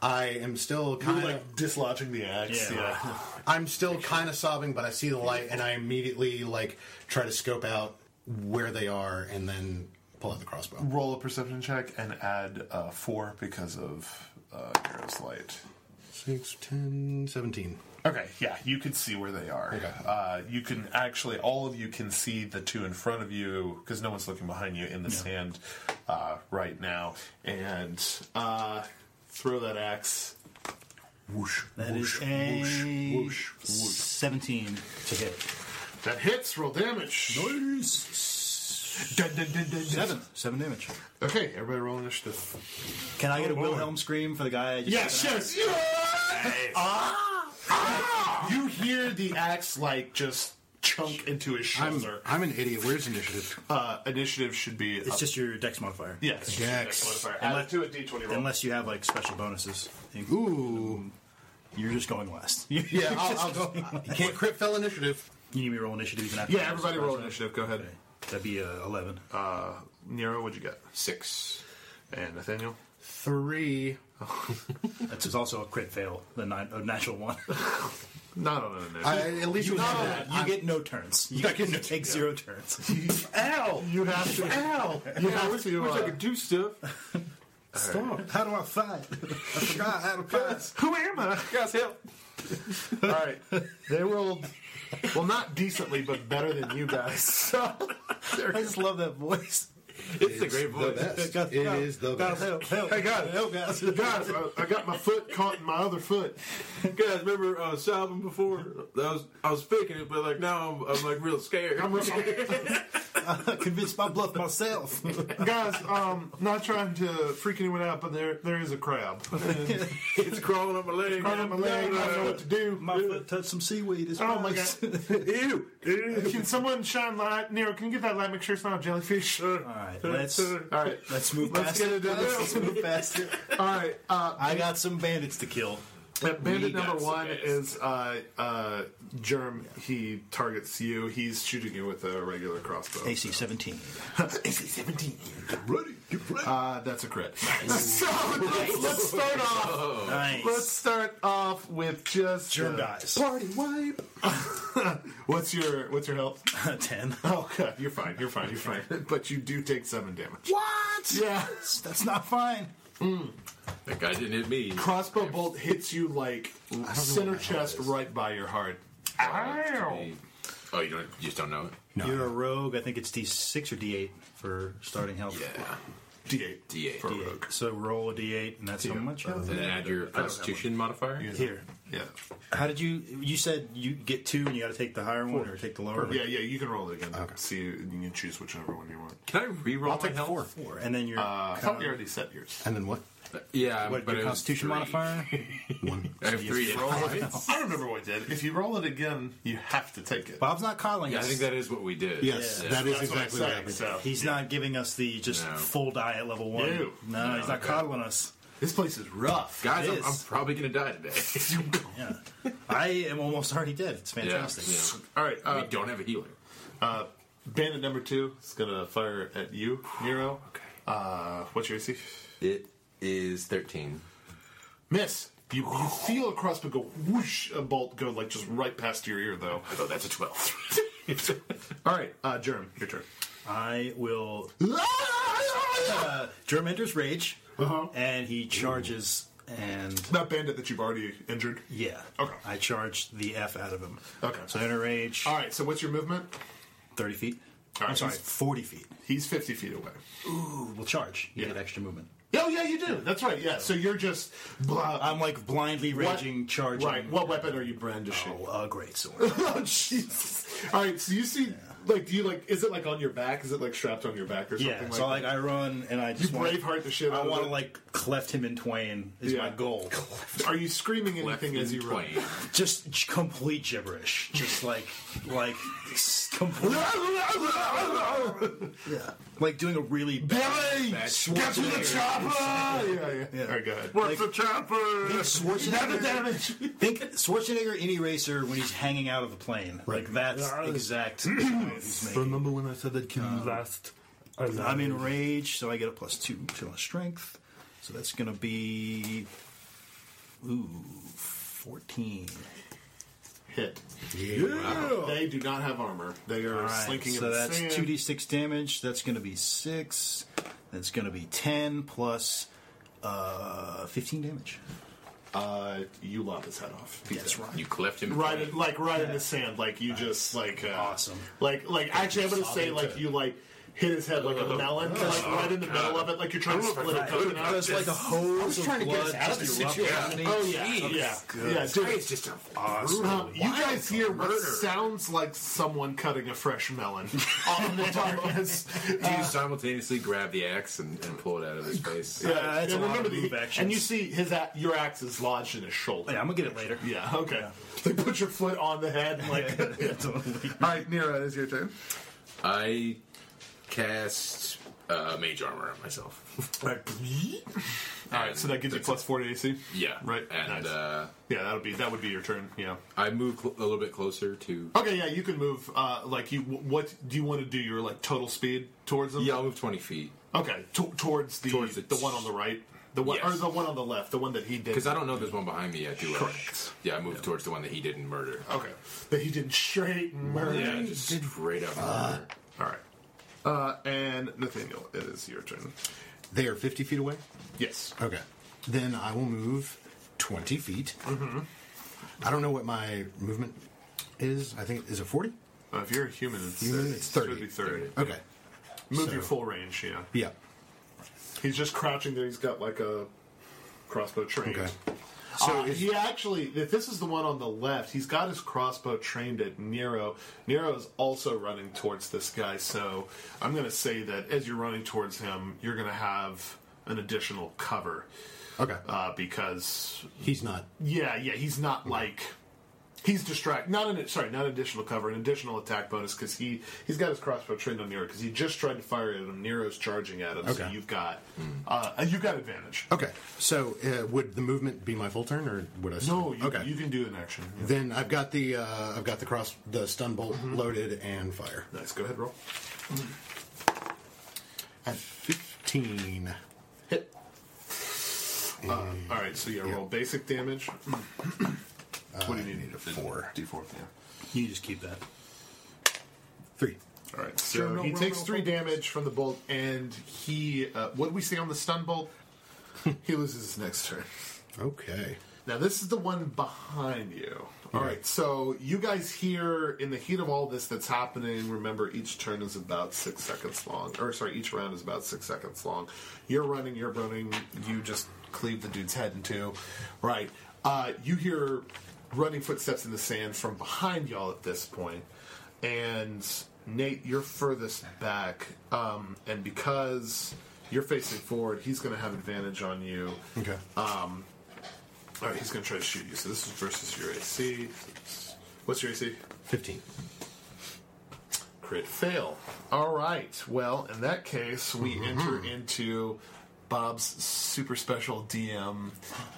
S5: I am still
S3: You're
S5: kind of.
S3: like dislodging the axe.
S4: Yeah.
S3: Yeah,
S5: I'm still kind of sobbing, but I see the light, and I immediately like try to scope out where they are, and then pull out the crossbow.
S3: roll a perception check and add uh, four because of uh, Garrow's light.
S5: Six, ten, seventeen.
S3: Okay, yeah, you can see where they are.
S5: Okay.
S3: Uh, you can actually, all of you can see the two in front of you because no one's looking behind you in the sand uh, right now. And uh, throw that axe. Whoosh.
S4: That is
S3: whoosh,
S4: a
S3: whoosh, whoosh, whoosh.
S4: seventeen to hit.
S3: That hits, roll damage. Dun, dun, dun, dun, dun.
S4: Seven, seven damage.
S3: Okay, everybody roll initiative.
S4: Can I get a Wilhelm scream for the guy? I just
S3: Yes, yes. Ah, ah. You hear the axe like just chunk into his
S5: I'm,
S3: shoulder.
S5: I'm an idiot. Where's initiative?
S3: Uh, initiative should be.
S1: uh,
S4: It's just your dex modifier.
S3: Yes.
S5: Dex.
S3: Add it to a d20 roll.
S4: Unless you have like special bonuses,
S5: Ooh,
S4: you're just going last. You
S5: yeah. I'll, I'll, you can't crit fell initiative.
S4: need me to roll initiative even after.
S3: yeah,
S4: that.
S3: everybody roll initiative. Go ahead.
S4: Okay. That'd be uh, eleven.
S3: Nero, what'd you get?
S2: Six.
S3: And Nathaniel?
S5: Three.
S4: That's is also a crit fail, the nine, a natural one.
S3: Not on an initiative.
S5: I, at least you
S4: Not
S5: have
S4: on
S5: that.
S4: that. You get no turns. You Oh, get to take zero turns.
S3: Ow! You have to. Ow! You have to.
S10: Wish I
S3: Uh,
S10: could do stuff.
S4: How do I fight? I forgot how to fight.
S3: who am I?
S10: Guys, help!
S3: All right. They rolled, well, not decently, but better than you guys. So,
S4: I just love that voice.
S2: It's a great
S5: The
S2: voice.
S5: best. It is the
S4: God
S5: best.
S4: help, help.
S3: Hey, guys.
S4: help, guys.
S3: guys, I, I got my foot caught in my other foot.
S10: Guys, remember uh, Salvin before? I was I was faking it, but like now I'm, I'm like real scared.
S3: I'm,
S4: convinced my bluff myself.
S1: Guys, um, not trying to freak anyone out, but there there is a crab.
S2: It's crawling up my leg.
S1: Crawling up my leg. I don't know what to do.
S4: My foot touched some seaweed. As
S1: Oh my
S4: gross.
S1: god! Ew! Can someone shine light? Nero, can you get that light? Make sure it's not a jellyfish. All
S4: right, let's-
S1: All right.
S4: Let's move
S1: Let's
S4: past
S1: get
S4: it.
S1: it done.
S4: Let's move past it.
S1: All right. Uh,
S4: I got some bandits to kill.
S1: bandit
S2: got
S1: number
S2: some
S1: one
S2: bits.
S1: is uh, uh, Germ. He targets you. He's shooting you with a regular crossbow.
S4: AC 17.
S1: AC-17. Get ready. Get ready. Uh, that's a crit. so let's, let's start off.
S4: Nice.
S1: Let's start off with just
S4: Germ
S1: uh,
S4: dies.
S5: Party wipe.
S1: What's your What's your health?
S4: 10.
S1: Oh god, you're fine. You're fine. You're fine. But you do take seven damage.
S4: What?
S1: Yeah.
S4: That's not fine.
S2: That guy didn't hit me.
S1: Crossbow bolt hits you like center chest,
S5: is.
S1: right by your heart. Ow!
S2: Oh, you don't. You just don't know it.
S4: You're a rogue. I think it's D6 or D8 for starting health.
S2: Yeah.
S1: D8.
S2: D8.
S1: For a
S4: D8.
S1: rogue.
S4: So roll a D8, and that's how much health?
S2: Then add your Constitution modifier.
S4: Here.
S1: Yeah.
S4: How did you? You said you get two, and you got to take the higher one or take the lower one.
S1: Yeah, yeah. You can roll it again. See, you can choose whichever one you want.
S2: Can I reroll my health?
S4: Four, and then your
S1: I thought you already set yours.
S5: And then what?
S2: Yeah,
S4: what?
S2: but
S4: Your
S2: it was
S4: Constitution
S2: three.
S4: modifier.
S5: One.
S2: I have three.
S1: I don't remember what I did. If you roll it again, you have to take it.
S4: Bob's not calling
S2: Yeah, I
S4: us.
S2: think that is what we did.
S5: Yes,
S4: Yeah.
S5: that is
S1: That's what I
S5: exactly what
S1: said,
S5: happened.
S1: so.
S4: He's not giving us the just
S2: No.
S4: full diet level one.
S1: Ew.
S4: No, he's not coddling us.
S1: This place is rough.
S2: Guys,
S4: It
S2: I'm,
S4: is.
S2: I'm probably gonna die today.
S4: Yeah, I am almost already dead. It's fantastic.
S1: All right,
S2: Yeah.
S1: uh,
S2: we don't have a healer.
S1: uh, bandit number two is gonna fire at you, Nero. Okay. Uh, what's your AC?
S2: It is thirteen.
S1: Miss. You, you feel a crossbow go whoosh, a bolt go like just right past your ear though.
S2: I thought that's a twelve.
S1: All right, uh, Germ, your turn.
S4: I will. Uh, Germ enters rage,
S1: Uh-huh.
S4: and he charges, and
S1: That bandit that you've already injured.
S4: yeah,
S1: Okay.
S4: I charge the f out of him.
S1: Okay.
S4: So enter rage,
S1: All right, so what's your movement?
S4: thirty feet.
S1: All right,
S4: I'm sorry,
S1: he's-
S4: forty feet.
S1: He's fifty feet away.
S4: Ooh, we'll charge. You
S1: Yeah.
S4: get extra movement.
S1: Oh yeah, you do. That's right. Yeah. So you're just blah.
S4: I'm like blindly
S1: What-
S4: raging, charging.
S1: Right. What weapon are you brandishing?
S4: Oh, a great sword.
S1: Oh Jesus! All right, so you see, like, do you like? Is it like on your back? Is it like strapped on your back or something?
S4: yeah.
S1: like
S4: So like
S1: that?
S4: I run and I just wanna-
S1: Braveheart the shit out
S4: I
S1: of
S4: want to
S1: it.
S4: like cleft him in twain. Is
S1: Yeah.
S4: my goal.
S1: are you screaming anything as you run?
S2: Twain.
S4: Just j- complete gibberish. Just like like s- complete. yeah. Like doing a really bad.
S1: Billy, get to the chopper! Oh, Yeah, yeah.
S4: Yeah.
S1: All right, go ahead.
S4: What's
S1: the chopper?
S4: Schwarzenegger, Think Schwarzenegger in Eraser when he's hanging out of the plane. Like that's exact.
S11: Remember when I said that can last? a lot?
S4: Um, I'm in rage, so I get a plus two to my strength. So that's gonna be ooh fourteen.
S1: Hit.
S4: Yeah.
S1: They do not have armor. They are
S4: All right,
S1: slinking
S4: so
S1: in the
S4: that's
S1: sand.
S4: 2d6 damage. That's going to be 6. That's going to be 10 plus uh, 15 damage.
S1: Uh, you lop his head off. He's
S4: That's
S1: dead.
S4: right.
S2: You cleft him. in
S1: Right,
S2: twain.
S1: in, like right in the sand, like you just like uh,
S4: Awesome.
S1: Like, like actually, I'm gonna say like you like hit his head like a melon, like right in the middle of it, like you're trying to split a coconut.
S4: There's like a hose of blood just erupting.
S1: Oh yeah, yeah, yeah. dude.
S2: It's just a
S1: Um, you guys hear what sounds like someone cutting a fresh melon on the darkness.
S4: Uh,
S2: Do you simultaneously grab the axe and, and pull it out of his face?
S1: Yeah,
S4: that's a
S1: and
S4: lot
S1: remember
S4: of
S1: the-
S4: move actions.
S1: And you see his a- your axe is lodged in his shoulder.
S4: Yeah, I'm going to get it later.
S1: Yeah, okay. They put your foot on the head and like.
S4: totally.
S1: All right, Nero, it is your turn.
S2: I cast uh, mage armor on myself.
S1: All right, so that gives you
S2: That's
S1: plus four to AC.
S2: it. Yeah.
S1: right.
S2: And
S1: nice.
S2: uh,
S1: yeah, that'll be that would be your turn. Yeah.
S2: I move cl- a little bit closer to.
S1: Okay, yeah, you can move. Uh, like you, what do you want to do? Your like total speed towards them.
S2: Yeah, I'll move 20 feet.
S1: Okay, to- towards the
S2: Towards
S1: the,
S2: the-
S1: one on the right, the one or
S2: Yes.
S1: the one on the left, the one that he did.
S2: Because I don't know if there's one behind me yet, do I?
S1: Correct.
S2: Yeah, I move towards the one that he didn't murder.
S1: Okay, that he did straight murder.
S2: Yeah, just straight up murder.
S1: All right. Uh, and Nathaniel, it is your turn.
S5: They are 50 feet away?
S1: Yes.
S5: Okay. Then I will move 20 feet. I don't know what my movement is. I think, is it 40?
S1: Uh, if you're a human, it's
S5: Human,
S1: 30.
S5: it's 30.
S1: It should be 30.
S5: Okay.
S1: Move
S5: So-
S1: your full range, yeah.
S5: Yeah.
S1: He's just crouching there. He's got like a crossbow train.
S5: Okay.
S1: So Uh, he actually, if this is the one on the left, he's got his crossbow trained at Nero. Nero is also running towards this guy, so I'm going to say that as you're running towards him, you're going to have an additional cover.
S5: Okay.
S1: Uh, because
S5: He's not.
S1: yeah, yeah, he's
S5: Mm-hmm.
S1: not like he's distracted. Not an sorry, not additional cover, an additional attack bonus because he he's got his crossbow trained on Nero because he just tried to fire at him. Nero's charging at him, so
S5: Okay. Mm.
S1: you've got uh, you've got advantage.
S5: Okay. So uh, would the movement be my full turn, or would I?
S1: No, Oh, you,
S5: okay.
S1: you can do an action. Yeah.
S5: Then I've got the uh, I've got the cross the stun bolt loaded and fire
S1: Nice. Go ahead, roll.
S5: at fifteen.
S1: All right, so yeah, roll basic damage. what do you need? A
S5: four.
S1: D4. Yeah.
S4: You just keep that.
S5: Three.
S1: All right. So he takes three damage from the bolt, and he. Uh, what did we see on the stun bolt? he loses his next turn.
S5: Okay.
S1: Now this is the one behind you. All right. So you guys here in the heat of all this that's happening. Remember, each turn is about six seconds long, or sorry, each round is about six seconds long. You're running. You're running. You just cleave the dude's head in two. Right. Uh, you hear running footsteps in the sand from behind y'all at this point, and Nate, you're furthest back, um, and because. You're facing forward. He's going to have advantage on you.
S5: Okay.
S1: All right, he's going to try to shoot you. So this is versus your AC. What's your AC?
S5: Fifteen.
S1: Crit fail. All right. Well, in that case, we
S5: Mm-hmm.
S1: enter into Bob's super special DM.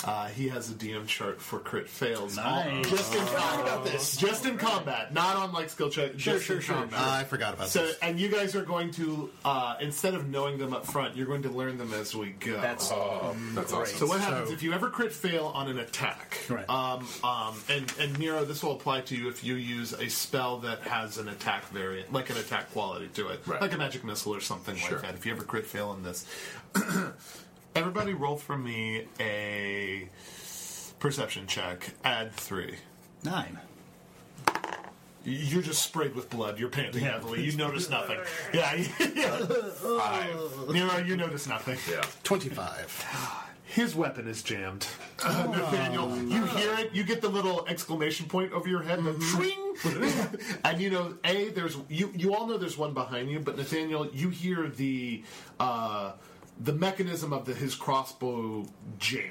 S1: Uh, he has a DM chart for crit fails.
S4: Nice.
S1: Just in combat. Just in combat, not on like skill check.
S5: Sure,
S1: just
S5: sure,
S1: in
S5: sure.
S1: combat.
S5: Uh, I forgot about
S1: So,
S5: this.
S1: and you guys are going to uh, instead of knowing them up front, you're going to learn them as we go.
S4: Oh, That's
S2: That's awesome.
S1: So what happens if you ever crit fail on an attack?
S4: Right.
S1: Um, um, and and Nero, this will apply to you if you use a spell that has an attack variant, like an attack quality to it,
S2: Right.
S1: like a magic missile or something
S2: Sure.
S1: like that. If you ever crit fail on this, everybody roll for me a perception check. Add three.
S4: nine.
S1: You're just sprayed with blood. You're panting heavily. You notice nothing. Yeah. yeah.
S2: Five.
S1: Nero, you notice nothing.
S2: Yeah.
S5: Twenty-five.
S1: His weapon is jammed. Uh, Nathaniel, you hear it. You get the little exclamation point over your head, the twing, and you know, a there's you. You all know there's one behind you, but Nathaniel, you hear the uh, the mechanism of the, his crossbow jam,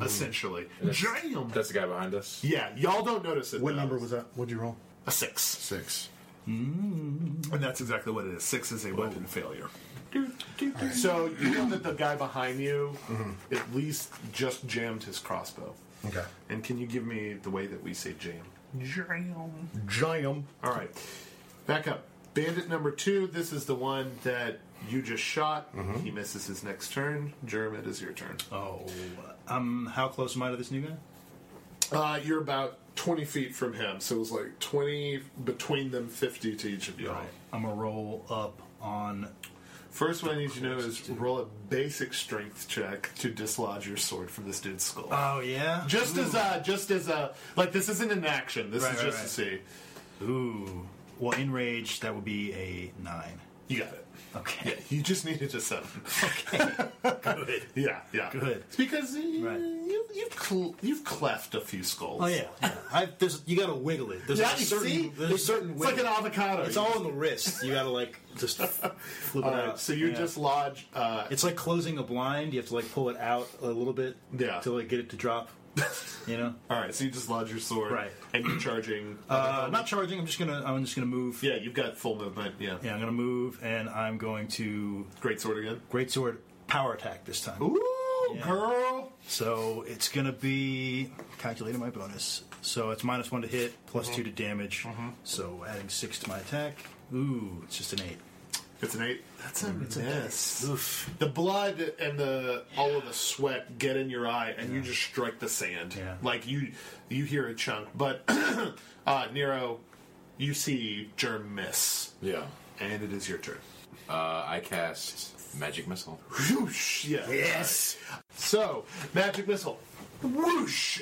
S1: essentially jam.
S2: That's the guy behind us.
S1: Yeah, y'all don't notice it.
S5: What
S1: though.
S5: number was that? What'd you roll?
S1: a six?
S5: Six.
S1: And that's exactly what it is. Six is a weapon failure. So you know that the guy behind you at least just jammed his crossbow.
S5: Okay.
S1: And can you give me the way that we say jam?
S5: Giant.
S1: All right. Back up. Bandit number two. This is the one that you just shot. He misses his next turn. Germ, it is your turn.
S4: Mm-hmm. Oh, um, how close am I to this new guy?
S1: Uh, you're about 20 feet from him. So it was like 20 between them, 50 to each of you. all
S4: I'm gonna roll up on.
S1: First, what I need you to know is roll a basic strength check to dislodge your sword from this dude's skull.
S4: Oh yeah.
S1: just as a, just as a, like this isn't an action. This
S4: Right,
S1: is
S4: right,
S1: just
S4: right.
S1: to see.
S4: Ooh. Well, enraged. That would be a nine.
S1: You got it.
S4: Okay.
S1: Yeah, you just needed a seven.
S4: Good.
S1: Yeah, yeah.
S4: Good.
S1: It's because you,
S4: Right.
S1: you, you've, cl- you've cleft a few skulls.
S4: Oh yeah. yeah. I, there's, you gotta wiggle it. There's
S1: Yeah,
S4: a
S1: you
S4: certain.
S1: see?
S4: There's a certain.
S1: It's like an
S4: wiggle.
S1: avocado.
S4: It's all in the wrist. You gotta like just flip it
S1: All right,
S4: out.
S1: so you
S4: Yeah.
S1: just lodge. Uh,
S4: It's like closing a blind. You have to like pull it out a little bit.
S1: Yeah.
S4: To like get it to drop. You know.
S1: all right, so you just lodge your sword,
S4: Right.
S1: And you're charging.
S4: Uh, I'm not charging. I'm just gonna. I'm just gonna move.
S1: yeah, you've got full movement. Yeah,
S4: Yeah. I'm gonna move, and I'm going to
S1: great sword again.
S4: great sword power attack this time.
S1: Ooh, girl.
S4: So it's gonna be calculating my bonus. So it's minus one to hit, plus two to damage. So adding six to my attack. Ooh, it's just an eight.
S1: It's an eight. That's a miss. The blood and the all of the sweat get in your eye, and you just strike the sand.
S4: Yeah.
S1: Like you, you hear a chunk. But uh, Nero, you see Germ miss,
S2: Yeah.
S1: and it is your turn.
S2: Uh, I cast magic missile.
S1: Whoosh! Yeah. Yes. So magic missile. Whoosh!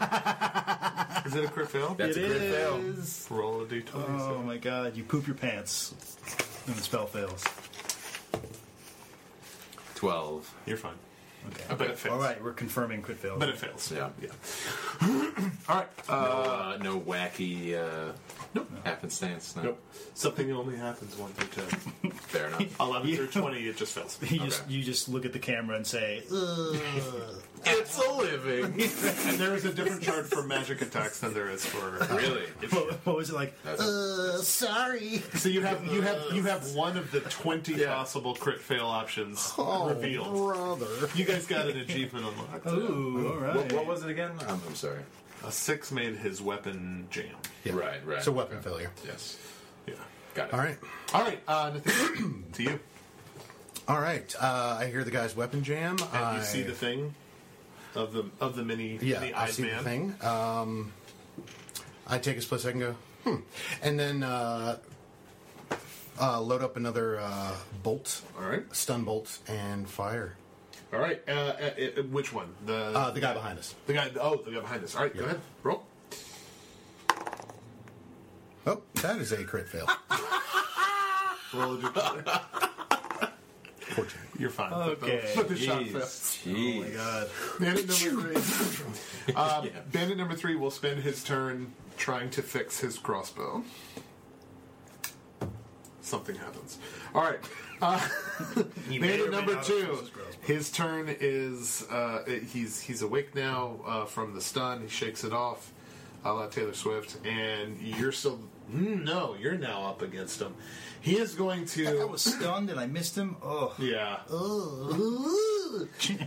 S1: is it Uh, a crit fail?
S2: That's a crit fail.
S1: Roll a d20.
S4: Oh my god, you poop your pants, and the spell fails.
S2: Twelve.
S1: You're fine.
S4: Okay.
S1: But it fails.
S4: All right, we're confirming crit fail.
S1: But it fails.
S2: Yeah.
S1: Yeah. All right.
S2: No,
S1: Uh,
S2: uh, no wacky uh, happenstance. No.
S1: nope. Something that only happens one through ten.
S2: Fair enough.
S1: 11 through 20, it just fails.
S4: you just
S2: Okay.
S4: you just look at the camera and say, "Ugh."
S2: it's a living.
S1: And there is a different chart for magic attacks than there is for.
S2: really?
S4: what, what was it like?
S2: That's-
S4: Uh, sorry.
S1: So you have you have you have one of the twenty possible crit fail options revealed.
S4: brother.
S1: You guys got an achievement unlocked.
S4: Ooh, all right.
S2: What, what was it again? I'm, I'm sorry.
S1: A six made his weapon jam.
S2: Right, right.
S5: It's a weapon failure.
S2: Yes.
S1: Yeah.
S2: Got it.
S5: All right.
S1: All right. Uh, Nathan, to you.
S5: All right. Uh, I hear the guy's weapon jam.
S1: And
S5: I,
S1: you see the thing of the of the mini
S5: yeah,
S1: the
S5: I
S1: eyed
S5: see
S1: man.
S5: the thing. Um, I take a split second, and go, hmm, and then uh, uh, load up another uh, bolt,
S1: All right.
S5: stun bolt, and fire.
S1: All right. Uh, uh, uh, which one? The
S5: Uh, the guy behind us.
S1: the guy. Oh, the guy behind us. All right. Go ahead. Roll.
S5: Oh, that is a crit fail.
S1: Roll your
S5: Fourteen.
S1: You're fine.
S4: Okay. Oh
S1: Put the, put the shot fail.
S2: Jeez. Jeez.
S4: God.
S1: Bandit number three. uh, Bandit number three will spend his turn trying to fix his crossbow. Something happens. All right. Uh, bandit number two. His turn is uh, he's he's awake now uh, from the stun. He shakes it off, a la Taylor Swift. And you're still mm, no, you're now up against him. He is going to.
S4: I was stunned and I missed him. Oh,
S1: Yeah.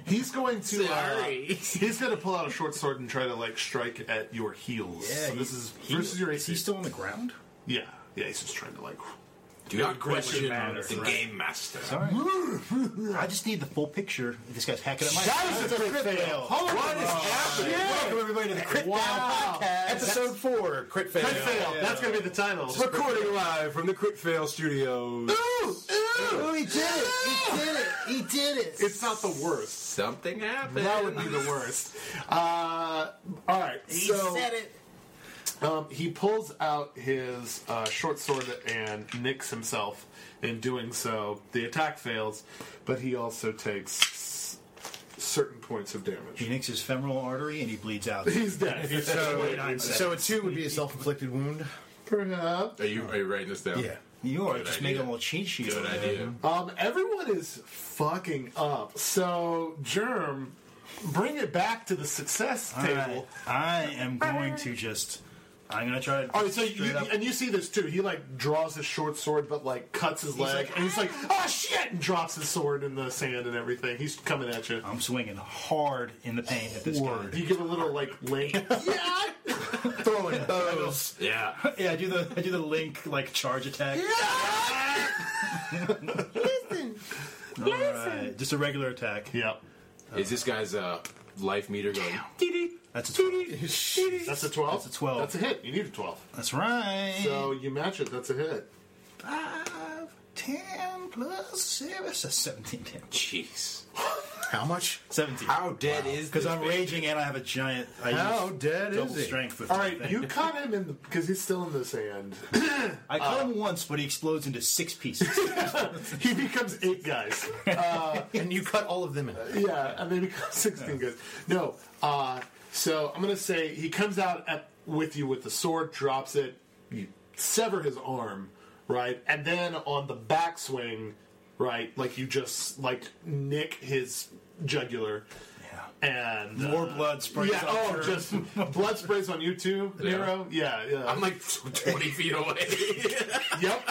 S1: he's going to.
S12: Sorry.
S1: uh, he's going to pull out a short sword and try to like strike at your heels.
S4: yeah.
S1: So this
S4: he-
S1: is
S4: he-
S1: versus your
S4: Is
S1: AC.
S4: he still on the ground?
S1: yeah. Yeah. He's just trying to like.
S2: Do not question
S4: matter.
S2: the game master.
S4: Sorry. I just need the full picture. This guy's hacking at my.
S1: That is a crit fail. Hold on. What is happening?
S4: Welcome everybody to the Crit Fail Podcast.
S5: Episode four, crit fail.
S1: Crit fail. That's going to be the title.
S2: Recording live from the Crit Fail Studios.
S4: Oh, he did it! He did it! He did it!
S1: It's not the worst.
S2: Something happened.
S1: That would be the worst. Uh, all right. so,
S4: it.
S1: Um, he pulls out his uh, short sword and nicks himself. In doing so, the attack fails, but he also takes certain points of damage.
S4: He nicks his femoral artery and he bleeds out.
S1: He's dead.
S5: So, so a two would be a self-inflicted wound.
S1: Perhaps.
S2: Are you are you writing this down?
S4: You are
S2: Good
S4: just
S2: idea.
S4: making a little cheat sheet.
S2: Good
S4: over there.
S2: idea.
S1: Um, everyone is fucking up. So, Germ, bring it back to the success
S4: All
S1: table.
S4: right. I am going to just. I'm going to try to.
S1: All right, so you,
S4: straight up-
S1: and you see this too. He like draws his short sword, but like cuts his leg, and he's like,
S4: "Ah!"
S1: "Oh shit!" and drops his sword in the sand and everything. He's coming at you.
S4: I'm swinging hard in the paint at this guy.
S1: You give a little like link. yeah,
S4: Throwing bows.
S2: Yeah.
S4: yeah, I do the I do the link like charge attack. All right, just a regular attack.
S1: Yep.
S2: Is this guy's uh, life meter going?
S4: That's a 12.
S1: That's a twelve.
S4: That's a 12.
S1: That's a hit. You need a twelve.
S4: That's right.
S1: So you match it. That's a hit.
S4: Five, 10 plus 7. That's a 17 damage.
S2: Jeez.
S5: How much?
S4: 17.
S2: How dead is
S4: Because
S2: this
S4: I'm
S2: bitch?
S4: raging and I have a giant. I
S5: How
S4: use
S5: dead
S4: double
S5: is he?
S4: strength with
S1: All
S4: my
S1: right,
S4: thing.
S1: you cut him in because he's still in the sand.
S4: I
S1: uh,
S4: cut him once, but he explodes into six pieces.
S1: he becomes eight guys. Uh,
S5: And you cut all of them in.
S1: Yeah, and they become 16 guys. No, uh, so I'm going to say he comes out at, with you with the sword, drops it, you sever his arm, right? And then on the backswing, right, like you just, like, nick his jugular. Yeah. And.
S4: More
S1: uh,
S4: blood sprays
S1: Yeah,
S4: out
S1: oh,
S4: your-
S1: just blood sprays on you too, Nero. Yeah, yeah.
S2: I'm like 20 feet away.
S1: yep.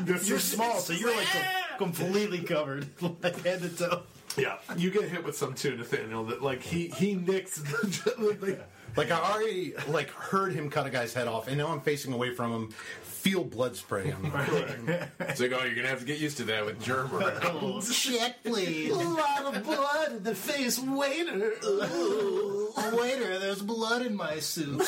S1: This
S4: You're
S1: is-
S4: small, so you're like com- completely covered, like head to toe.
S1: Yeah, you get hit with some too, Nathaniel. That like he he nicks. The, like,
S5: Like I already like heard him cut a guy's head off, and now I'm facing away from him. Feel blood spray on my
S2: it's like, oh, you're gonna have to get used to that with germ around.
S4: Check, please.
S1: lot of blood in the face, waiter.
S4: Waiter, there's blood in my soup.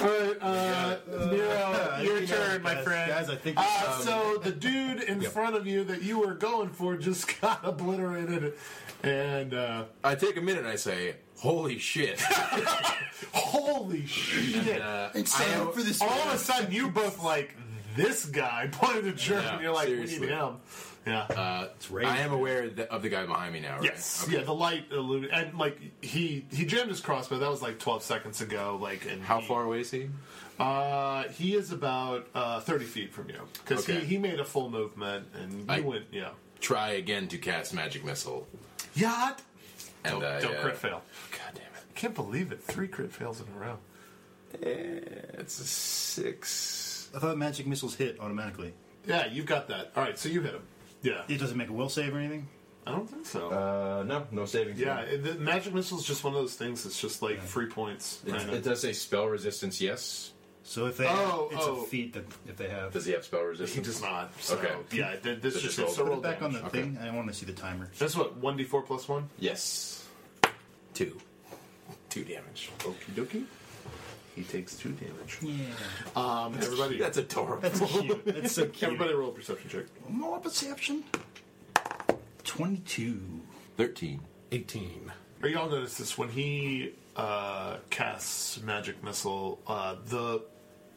S1: All right, uh, Nero, your turn, my
S4: Guys,
S1: friend.
S4: Guys, I think um,
S1: uh, so the dude in front of you that you were going for just got obliterated, and uh,
S2: I take a minute and I say, holy shit.
S1: holy shit!
S2: Uh,
S4: it's
S2: I
S4: time
S2: am-
S4: for this.
S1: All of a sudden, you both like this guy pointed a jerk,
S2: Yeah,
S1: and you're like, we
S2: seriously.
S1: need him. Yeah.
S2: Uh, I am aware th- of the guy behind me now. Right?
S1: Yes.
S2: Okay.
S1: Yeah, the light illuminated, and like he he jammed his crossbow. That was like twelve seconds ago. Like, and
S2: How
S1: he-
S2: far away is he?
S1: Uh, he is about uh, thirty feet from you because
S2: Okay.
S1: he, he made a full movement and you
S2: I-
S1: went. Yeah.
S2: Try again to cast magic missile.
S1: Yeah.
S2: And
S1: Don't,
S2: I,
S1: don't
S2: uh,
S1: crit fail.
S2: God damn it!
S1: Can't believe it. Three crit fails in a row.
S2: It's a six.
S4: I thought magic missiles hit automatically.
S1: Yeah, you've got that. All right, so you hit him. Yeah.
S4: It doesn't make a will save or anything.
S1: I don't think so.
S3: Uh, no, no saving. throw.
S1: yeah, it- the magic missile is just one of those things that's just like free points.
S2: It,
S1: Kinda.
S2: it does say spell resistance. Yes.
S4: So if they,
S1: Oh,
S4: it's
S1: oh.
S4: a feat that if they have.
S2: Does he have spell
S1: He
S2: resistance?
S1: does not. So,
S2: Okay.
S1: Yeah, th- this
S2: So
S1: just
S2: just roll-
S1: hits the
S2: put it
S1: roll
S4: Put back on
S1: damage.
S4: the thing. I want to see the timer.
S1: That's what one d four plus one.
S2: Yes. Two. Two damage.
S1: Okie dokie. He takes two damage.
S4: Yeah,
S1: Um, everybody,
S2: That's adorable.
S4: that's cute. That's so cute.
S1: everybody, roll a perception check.
S4: More perception. Twenty-two.
S2: Thirteen.
S5: 18.
S1: Y'all notice this when he uh, casts magic missile, uh, the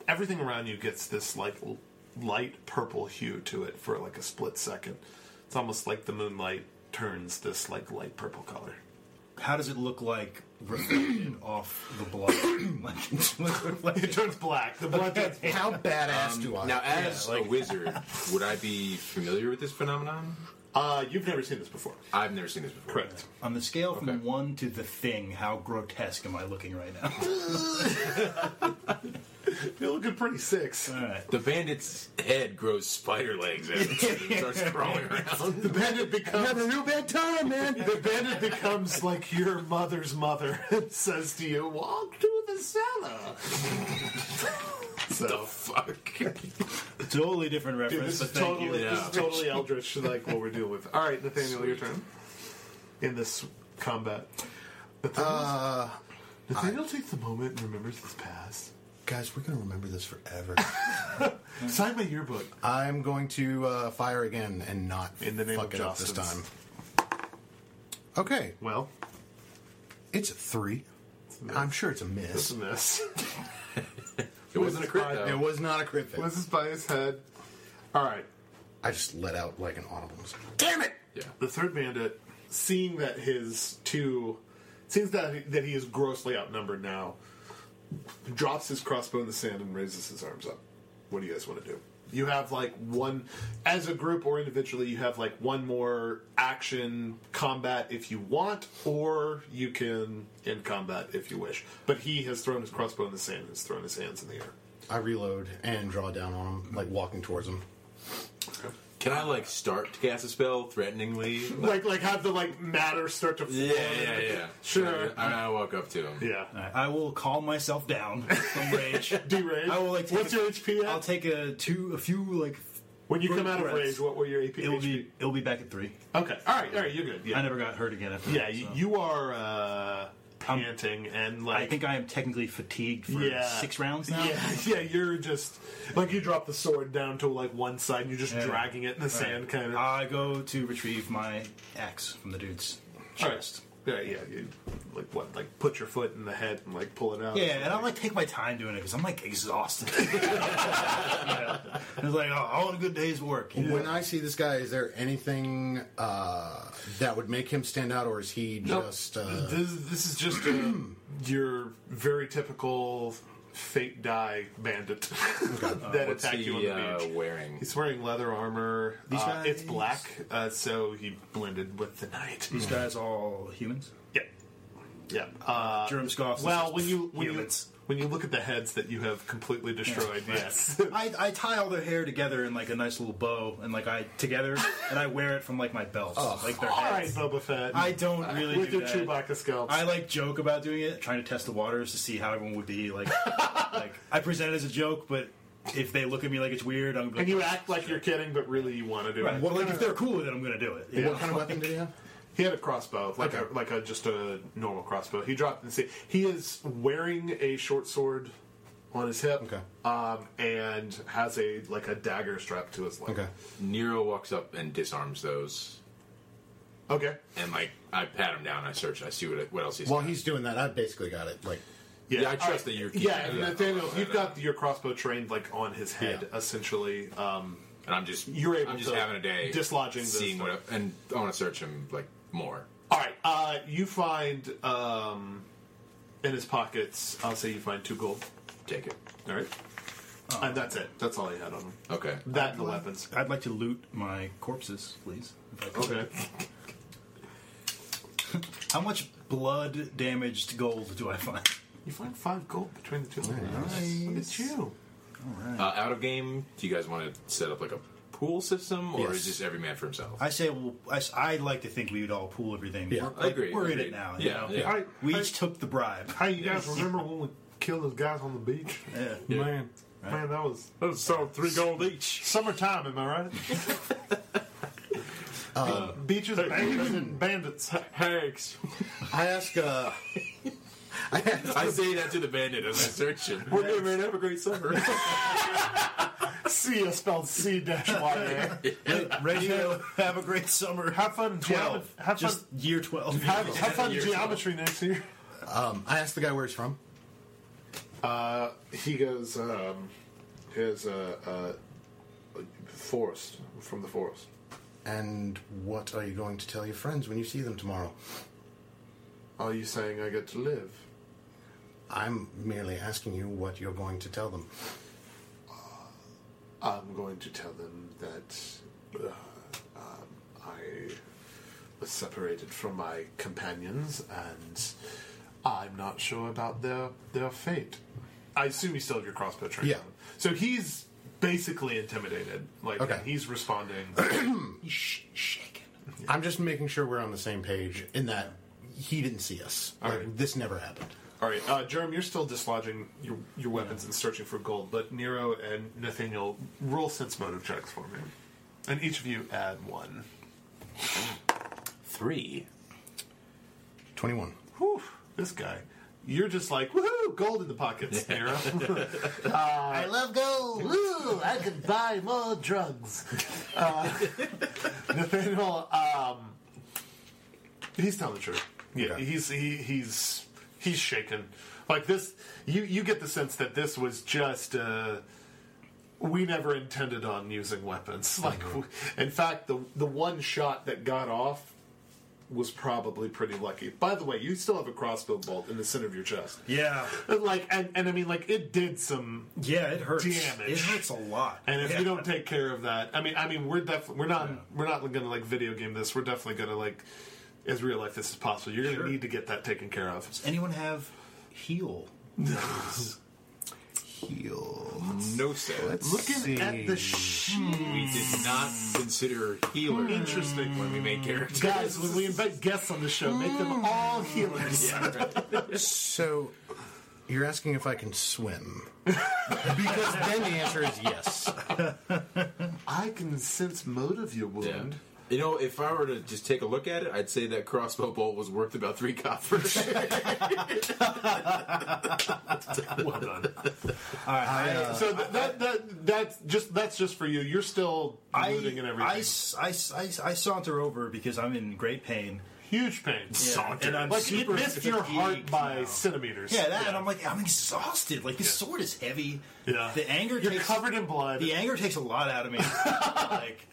S1: everything around you gets this like l- light purple hue to it for like a split second. It's almost like the moonlight turns this like light purple color.
S4: How does it look like reflected off the blood? like, it's Um,
S1: It
S4: reflected.
S1: turns black. The blood turns black.
S5: How badass do I?
S2: Now, as a wizard, would I be familiar with this phenomenon?
S1: Uh, you've never seen this before.
S2: I've never seen this before.
S1: Correct.
S4: On the scale from
S2: Okay.
S4: one to the thing, how grotesque am I looking right now?
S1: You're looking pretty six.
S4: All right.
S2: The bandit's head grows spider legs out and starts crawling around.
S1: The bandit becomes
S5: new bad time, man.
S1: the bandit becomes like your mother's mother and says to you, "Walk to the cellar." so
S2: Fuck.
S4: Totally different
S1: Dude, this
S4: reference. but
S1: is
S4: thank
S1: totally
S4: you.
S1: this
S2: Yeah.
S1: is totally eldritch like what we're dealing with. All right, Nathaniel, your turn in this combat.
S5: Uh,
S1: Nathaniel takes the moment and remembers his past.
S5: guys, we're going to remember this forever.
S1: Sign my yearbook.
S5: I'm going to uh, fire again and not
S1: In the name
S5: fuck
S1: of
S5: it up this
S1: justice.
S5: time. Okay,
S1: Well,
S5: it's a three. I'm sure it's a
S1: it's
S5: miss.
S1: a miss.
S2: It wasn't a crit,
S1: Five.
S2: though.
S5: It was not a crit fail.
S1: This is by his head. All right.
S5: I just let out like an audible. Damn it!
S2: Yeah.
S1: the third bandit, seeing that his two, seems that that he is grossly outnumbered now, drops his crossbow in the sand and raises his arms up. What do you guys want to do? You have like one, as a group or individually, you have like one more action combat if you want, or you can end combat if you wish. But he has thrown his crossbow in the sand and has thrown his hands in the air.
S5: I reload and draw down on him, like walking towards him.
S2: Can I, like, start to cast a spell threateningly?
S1: Like, like have the like matter start to
S2: Yeah, yeah, yeah.
S1: Sure.
S2: I, I walk up to him.
S1: yeah.
S4: All right, I will calm myself down from rage.
S1: Derage.
S4: I will like. Take
S1: What's
S4: a-
S1: your HP? At?
S4: I'll take a two, a few like.
S1: When you come out of
S4: breaths.
S1: rage, what were your AP?
S4: It'll
S1: HP?
S4: be it'll be back at three.
S1: okay. All right, all right, you're good. Yeah,
S4: I never got hurt again after.
S1: yeah.
S4: that,
S1: You,
S4: so.
S1: you are uh, panting and like
S4: I think I am technically fatigued for
S1: yeah,
S4: six rounds now.
S1: Yeah, yeah. You're just like you drop the sword down to like one side, and you're just
S4: Yeah.
S1: dragging it in the
S4: All right.
S1: sand, kind of.
S4: I go to retrieve my axe from the dude's
S1: All right.
S4: chest.
S1: Yeah, yeah. You like what? Like put your foot in the head and like pull it out.
S4: Yeah, and I like take my time doing it because I'm like exhausted. Yeah. It's like oh, all in a good day's work. you know?
S5: When I see this guy, is there anything uh, that would make him stand out, or is he
S1: Nope.
S5: just? Uh,
S1: this, this is just uh your very typical fate die bandit that
S2: What's
S1: attack you on
S2: he
S1: the
S2: uh,
S1: beach.
S2: wearing?
S1: He's wearing leather armor. Uh,
S4: guys-
S1: it's black, uh, so he blended with the night.
S4: These guys all humans.
S1: Yeah, yeah. Mm. Uh,
S4: Germ scoffs.
S1: well, when you when you,
S4: humans.
S1: when you look at the heads that you have completely destroyed, yes.
S4: I, I tie all their hair together in like a nice little bow, and like I together, and I wear it from like my belt, like their
S1: All right,
S4: heads.
S1: Boba Fett.
S4: I don't really
S1: with
S4: do
S1: your
S4: that.
S1: Chewbacca scalp.
S4: I like joke about doing it, trying to test the waters to see how everyone would be. Like, like I present it as a joke, but if they look at me like it's weird, I'm
S1: and
S4: gonna.
S1: you act like you're kidding, but really you want to do
S4: Right.
S1: it.
S4: Well, like if they're cool with it, I'm gonna do it.
S5: what kind of weapon did he have?
S1: He had a crossbow, like a, like a just a normal crossbow. He dropped in the sea. He is wearing a short sword on his hip,
S5: Okay.
S1: um, and has a like a dagger strapped to his leg.
S5: Okay.
S2: Nero walks up and disarms those.
S1: okay.
S2: And, like, I pat him down. I search. I see what, what else he's
S5: While
S2: got.
S5: he's doing that, I basically got it. Like
S2: Yeah, I trust
S1: Alright.
S2: that you're keeping
S1: Yeah,
S2: it
S1: and
S2: up.
S1: Nathaniel, if you've got your crossbow trained like on his head, essentially. Um,
S2: and I'm just
S1: You're able
S2: I'm just
S1: to
S2: having a day
S1: dislodging the
S2: seeing
S1: stuff.
S2: what and I want to search him like more.
S1: all right, uh, you find um, in his pockets. I'll say you find two gold.
S2: Take it.
S1: All right, and that's it. That's all he had on him.
S2: Okay.
S1: That and the weapons.
S4: I'd like to loot my corpses, please. if I could.
S1: Okay.
S4: How much blood damaged gold do I find?
S1: You find five gold between the two. Nice. Look at you.
S2: Uh, out of game, do you guys want to set up like a pool system, or is
S5: Yes.
S2: just every man for himself?
S4: I say, well, I, would like to think we would all pool everything.
S5: Yeah,
S4: we're,
S2: I agree,
S4: We're in
S2: agreed.
S4: it now. you
S2: Yeah,
S4: know?
S2: yeah.
S1: I-
S4: We
S1: I-
S4: each took the bribe.
S1: Hey, you guys remember when we killed those guys on the beach?
S4: Yeah.
S1: Man, man, that was
S13: Those sold three gold each.
S1: summertime. Am I right? Uh, Beaches, bangers, and bandits.
S13: Hags.
S5: I ask. Uh, I ask
S2: I say that to the bandit as I search him.
S13: We're good, man. Have a great summer.
S1: C is spelled C dash Y. man.
S4: Radio, have a great summer.
S1: Have fun in geometry.
S4: Twelve.
S1: Have fun.
S4: Just year twelve.
S1: Have, have fun in
S2: Year
S1: geometry next year.
S5: um, I ask the guy where he's from.
S14: He goes, um, here's a, uh forest from the forest.
S5: And what are you going to tell your friends when you see them tomorrow?
S14: Are you saying I get to live?
S5: I'm merely asking you what you're going to tell them.
S14: I'm going to tell them that uh, um, I was separated from my companions and I'm not sure about their their fate.
S1: I assume you still have your crossbow trained.
S5: Yeah.
S1: on. So he's basically intimidated. Like
S5: Okay.
S1: and he's responding.
S5: I'm just making sure we're on the same page in that he didn't see us. Like,
S1: right.
S5: This never happened.
S1: All right, uh, Jerem, you're still dislodging your your weapons and searching for gold, but Nero and Nathaniel roll sense motive checks for me, and each of you add one.
S15: Three.
S5: 21.
S1: Whew, this guy. You're just like, woohoo, gold in the pockets, Nero.
S16: I love gold.
S1: Woo, I could buy more drugs. Uh, Nathaniel, um, he's telling the truth. Yeah,
S5: Okay.
S1: he's he, he's he's shaken. Like this, you you get the sense that this was just. Uh, we never intended on using weapons. Like, w in fact, the the one shot that got off was probably pretty lucky. By the way, you still have a crossbow bolt in the center of your chest.
S4: Yeah,
S1: Like, and, and I mean, like, it did some
S4: yeah, it hurts.
S1: Damage.
S4: It hurts a lot.
S1: and if
S4: yeah.
S1: we don't take care of that, I mean, I mean, we're definitely we're not we're not going to like video game this. We're definitely going to like as real life this is possible. You're going to
S4: Sure.
S1: need to get that taken care of.
S4: anyone have heal?
S2: No set.
S1: Looking at the sh-
S2: We did not consider healer
S1: Interesting.
S2: when we made characters.
S1: guys when we invite guests on the show, make them all healers.
S5: So, you're asking if I can swim? because then the answer is yes.
S1: I can sense motive your wound.
S2: Yeah. You know, if I were to just take a look at it, I'd say that crossbow bolt was worth about three coppers.
S1: Well done.
S4: uh,
S1: so th- that that that's just that's just for you. You're still
S4: I,
S1: looting and everything.
S4: I s- I s- I s- I saunter over because I'm in great pain.
S1: Huge pain.
S4: Saunter. And I'm
S1: like it
S4: super
S1: missed your heart
S4: fatigued
S1: by
S4: now.
S1: centimeters.
S4: Yeah, that, and I'm like, I'm exhausted. Like this sword is heavy.
S1: Yeah.
S4: the anger.
S1: You're
S4: takes,
S1: covered in blood.
S4: The anger takes a lot out of me. like,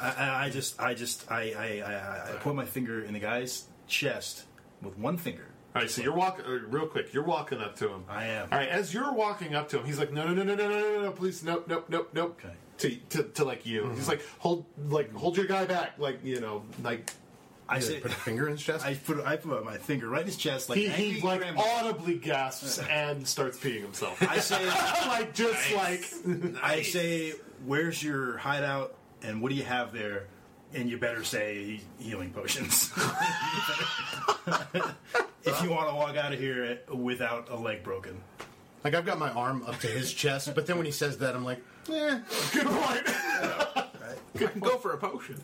S4: I- I, I just, I just, I, I, I, I put my finger in the guy's chest with one finger.
S1: All right, so you're walking uh, real quick. You're walking up to him.
S4: I am.
S1: All right, as you're walking up to him, he's like, "No, no, no, no, no, no, no, no, please, nope, nope, nope, nope."
S4: Okay. Mm-hmm.
S1: To, to to like you, he's like, "Hold, like, hold your guy back, like, you know, like."
S4: I
S5: Did I
S4: say,
S5: put a finger in his chest?
S4: I put, I put my finger right in his chest, like
S1: He,
S4: angry
S1: he like
S4: grandma.
S5: "Oh,
S1: audibly gasps and starts peeing himself.
S4: I say,
S1: like just like
S4: I say, where's your hideout, and what do you have there? And you better say healing potions. if you want to walk out of here without a leg broken.
S5: Like, I've got my arm up to his chest, but then when he says that, I'm like, eh.
S1: good point.
S2: Go for a potion.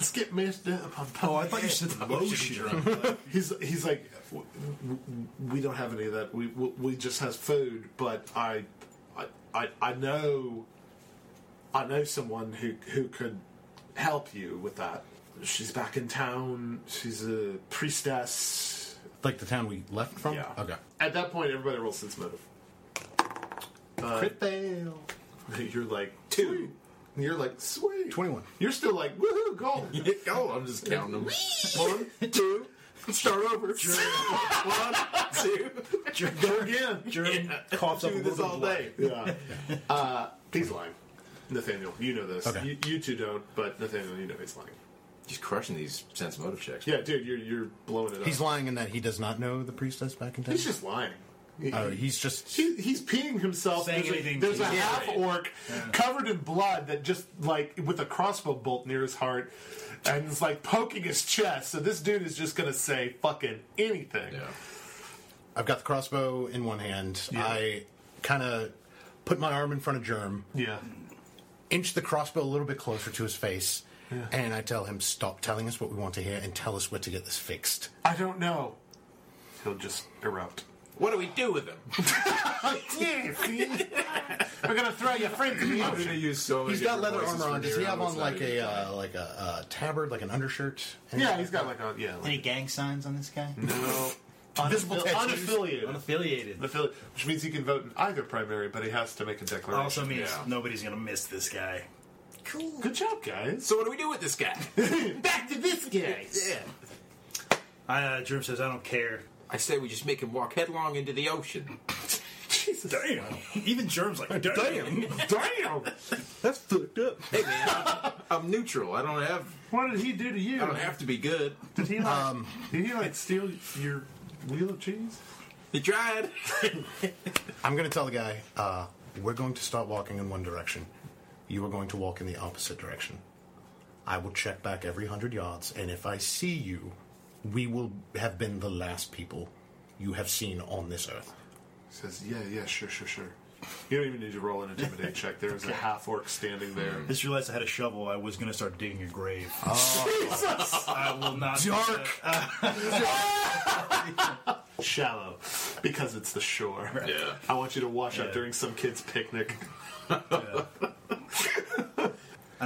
S1: Skip messed up.
S4: Oh, I thought you said lotion.
S1: He's he's like, "W- w- we don't have any of that. We we, we just has food. But I, I I I know, I know someone who who could help you with that. She's back in town. She's a priestess.
S5: Like the town we left from?
S1: Yeah.
S5: Okay.
S1: At that point, everybody rolls sense motive. Uh,
S5: Crit fail.
S1: You're like two. And You're like sweet.
S5: 21.
S1: You're still like woohoo gold.
S2: Oh, I'm just counting them.
S1: One, two. Start over. One, two. Go again.
S4: Germ coughs up a
S1: Do this
S4: little
S1: all day. Yeah. Uh, he's lying. Nathaniel, you know this.
S5: Okay.
S1: You, you two don't, but Nathaniel, you know he's lying.
S2: He's crushing these sense motive checks.
S1: Yeah, dude, you're you're blowing it up.
S5: He's lying in that he does not know the priestess back in town.
S1: He's just lying. He-
S5: Oh, he's just.
S1: He, he's peeing himself.
S4: Saying
S1: there's a,
S4: anything
S1: there's a
S4: to you.
S1: half orc covered in blood that just like with a crossbow bolt near his heart, and it's like poking his chest. So this dude is just gonna say fucking anything.
S2: Yeah.
S5: I've got the crossbow in one hand. I kind of put my arm in front of Germ,
S1: Yeah.
S5: inch the crossbow a little bit closer to his face, and I tell him, stop telling us what we want to hear and tell us where to get this fixed.
S1: I don't know. He'll just erupt.
S17: What do we do with him?
S1: Oh, We're gonna throw your friend in the
S2: I'm gonna
S1: ocean.
S2: use so many.
S5: He's got
S2: different
S5: leather
S2: voices
S5: armor
S2: for
S5: on. Does he
S2: Nero.
S5: have on
S2: It's
S5: like
S2: not even
S5: a uh, like a, a tabard, like an undershirt?
S1: Oh, Yeah, he's got like a yeah. Like,
S4: Any gang signs on this guy?
S1: no.
S5: Visible tattoos.
S1: Unaffiliated.
S4: Unaffiliated.
S1: Unaffiliated. Which means he can vote in either primary, but he has to make a declaration.
S4: Also means
S2: Yeah.
S4: nobody's gonna miss this guy.
S1: Good job, guys.
S17: So what do we do with this guy?
S1: Back to this guy.
S4: I, uh, Germ says, I don't care.
S17: I say we just make him walk headlong into the ocean.
S1: Jesus. Damn.
S4: Even Germ's like, damn.
S1: Damn.
S4: That's fucked up.
S17: Hey man, I'm neutral. I don't have.
S1: What did he do to you?
S17: I don't have to be good.
S1: Did he like? did he like steal your wheel of cheese?
S17: He tried.
S5: I'm going to tell the guy, uh, we're going to start walking in one direction. You are going to walk in the opposite direction. I will check back every hundred yards, and if I see you, we will have been the last people you have seen on this earth.
S1: Says yeah, yeah, sure, sure, sure. You don't even need to roll an intimidate check. There is a half orc standing there.
S4: Just realized I had a shovel. I was gonna start digging your grave.
S1: Ah,
S4: I will not. Dark.
S1: Shallow, because it's the shore.
S2: Yeah.
S1: I want you to wash up
S4: Yeah.
S1: during some kid's picnic.
S4: and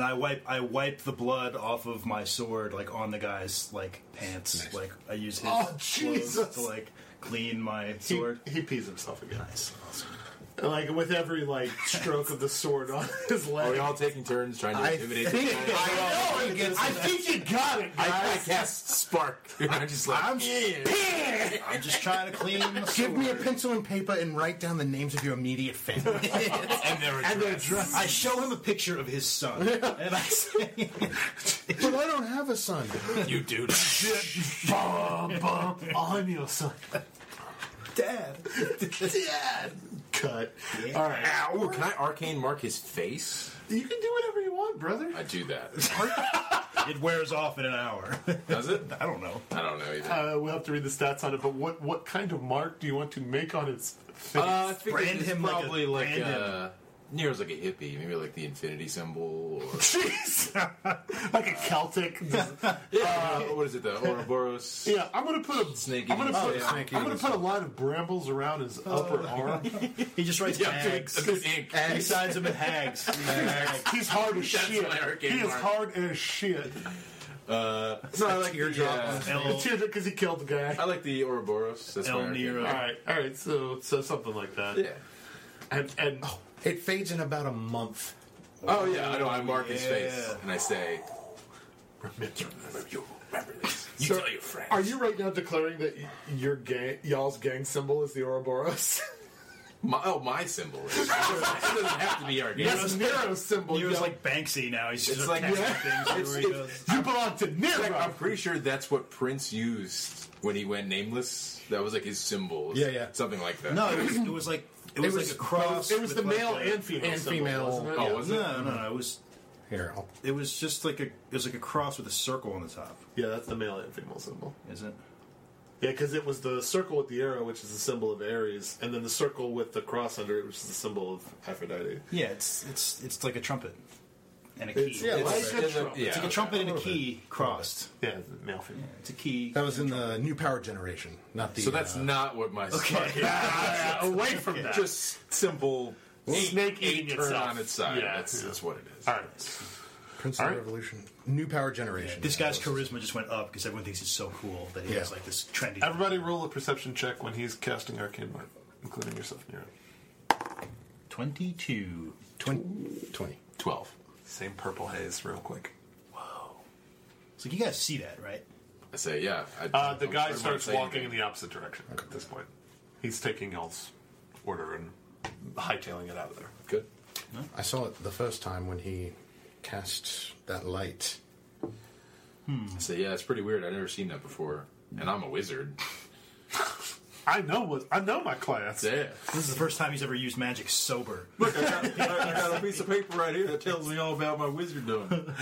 S4: I wipe. I wipe the blood off of my sword, like on the guy's like pants. Like I use his
S1: Oh,
S4: clothes
S1: Jesus.
S4: to like clean my
S1: He,
S4: sword.
S1: he pees himself again.
S4: Nice. Awesome.
S1: Like with every like stroke of the sword on his leg.
S2: Are we all taking turns trying to intimidate? this guy?
S1: I know. I think you got it, guys.
S2: I cast spark. I'm just like
S4: I'm, I'm just trying to clean. The sword.
S5: Give me a pencil and paper and write down the names of your immediate family.
S1: and they're dressed.
S4: I show him a picture of his son, and I say,
S5: but I don't have a son.
S2: you, dude.
S1: bum, bum, on your son.
S4: "Dad,
S1: Dad. Cut. All right.
S2: Ow! Can I arcane mark his face?
S1: You can do whatever you want, brother.
S2: I do that.
S4: it wears off in an hour."
S2: Does it?
S4: I don't know.
S2: I don't know either.
S1: Uh, we'll have to read the stats on it, but what, what kind of mark do you want to make on his face?
S2: Uh, I figured
S4: Brand
S2: it's
S4: him like a-
S2: probably like,
S4: brand him.
S2: uh, Nero's like a hippie, maybe like the infinity symbol, or
S1: Jeez! like a Celtic.
S2: yeah, Uh, what is it, the Ouroboros?
S1: yeah, I'm gonna put a
S2: Snake
S1: I'm gonna
S2: eating-
S1: put,
S2: yeah, snake
S1: I'm gonna
S2: eating
S1: put a line of brambles around his upper arm.
S4: He just writes
S2: Yeah, dude,
S4: hags.
S2: this ink.
S4: He signs him in hags.
S1: He's hard as
S2: That's
S1: shit.
S2: my arcane
S1: He is
S2: mark.
S1: hard as shit.
S2: Uh, no, I like
S4: Teardrop
S2: the,
S4: on
S2: uh,
S4: his El-
S1: because he killed the guy.
S2: I like the Ouroboros. That's
S4: El
S2: my arcane
S4: Nero.
S2: mark.
S1: Alright, alright, so so something like that.
S2: Yeah.
S1: And and
S5: It fades in about a month.
S2: Oh yeah, I know. I mark his face
S4: yeah.
S2: and I say,
S1: remember,
S2: "You remember this? You
S1: So-
S2: tell your friends."
S1: are you right now declaring that y- your gang y'all's gang symbol is the Ouroboros?
S2: My, oh, my symbol. Is. it doesn't have to be arcane.
S1: That's Nero's symbol.
S4: He was
S1: yo.
S4: like Banksy now. He's just
S2: It's like-
S4: attaching
S2: yeah.
S4: things everywhere he
S2: It's-
S4: goes.
S1: you belong to Nero.
S2: Like, I'm pretty sure that's what Prince used when he went nameless. That was like his symbol.
S5: Yeah, yeah.
S2: Something like that.
S4: No, it was, it was like it was,
S5: was-
S4: like a cross.
S1: It was
S4: with
S1: the
S4: like
S1: male
S4: a-
S1: and female.
S5: and
S1: symbol,
S5: female.
S1: wasn't it?
S2: Oh, was it?
S4: No, no, no. It was
S5: Here, I'll
S4: it was just like a it was like a cross with a circle on the top.
S1: Yeah, that's the male and female symbol.
S4: Is it?
S1: Yeah, because it was the circle with the arrow, which is the symbol of Aries, and then the circle with the cross under it, which is the symbol of Aphrodite.
S4: Yeah, it's it's it's like a trumpet and a key.
S1: It's, yeah,
S2: It's-
S1: why is
S2: it's a-
S1: that
S2: yeah.
S4: It's like a trumpet and a key crossed.
S1: yeah, male female.
S4: It's a key.
S5: That was in the New Power Generation, not the.
S2: So that's
S5: uh,
S2: not what my
S4: Okay.
S1: away from that.
S2: just simple
S1: Snake
S2: eight
S1: eating
S2: turn
S1: itself.
S2: on its side.
S1: Yeah.
S2: That's, that's what it is.
S1: All right.
S5: Prince
S4: All
S5: of the
S4: right.
S5: Revolution. New Power Generation.
S4: This guy's charisma just went up because everyone thinks he's so cool that he
S5: Yeah.
S4: has like this trendy.
S1: Everybody roll a perception check when he's casting Arcane Light, including yourself, Nero.
S4: 22.
S5: 20. 20.
S1: 12. Same purple haze, real quick.
S4: So you guys see that, right?
S2: I say, yeah. I,
S1: Uh, the
S2: I'm
S1: guy
S2: sorry,
S1: starts
S2: I'm saying-
S1: walking in the opposite direction at this point. He's taking El's order and hightailing it out of there.
S2: Good.
S5: I saw it the first time when he cast that light.
S2: I say, yeah, it's pretty weird. I've never seen that before. And I'm a wizard.
S1: I know what I know my class.
S2: Yeah.
S4: This is the first time he's ever used magic sober.
S2: Look, I got, I got a piece of paper right here that tells me all about my wizarddom.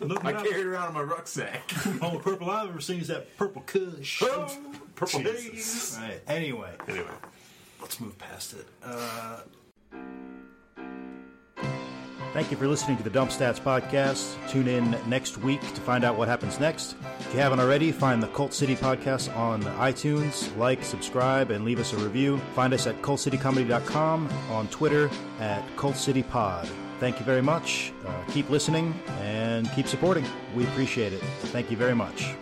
S18: Look
S2: I
S18: what
S2: carry it around in my rucksack.
S4: Only purple I've ever seen is that purple Kush.
S2: Purple haze.
S4: Jesus. Right. Anyway,
S1: Anyway,
S4: let's move past it. Uh... Thank you for listening to the Dump Stats Podcast. Tune in next week to find out what happens next. If you haven't already, find the Cult City Podcast on iTunes. Like, subscribe, and leave us a review. Find us at cultcitycomedy.com, on Twitter at Cult City Pod. Thank you very much. Uh, keep listening and keep supporting. We appreciate it. Thank you very much.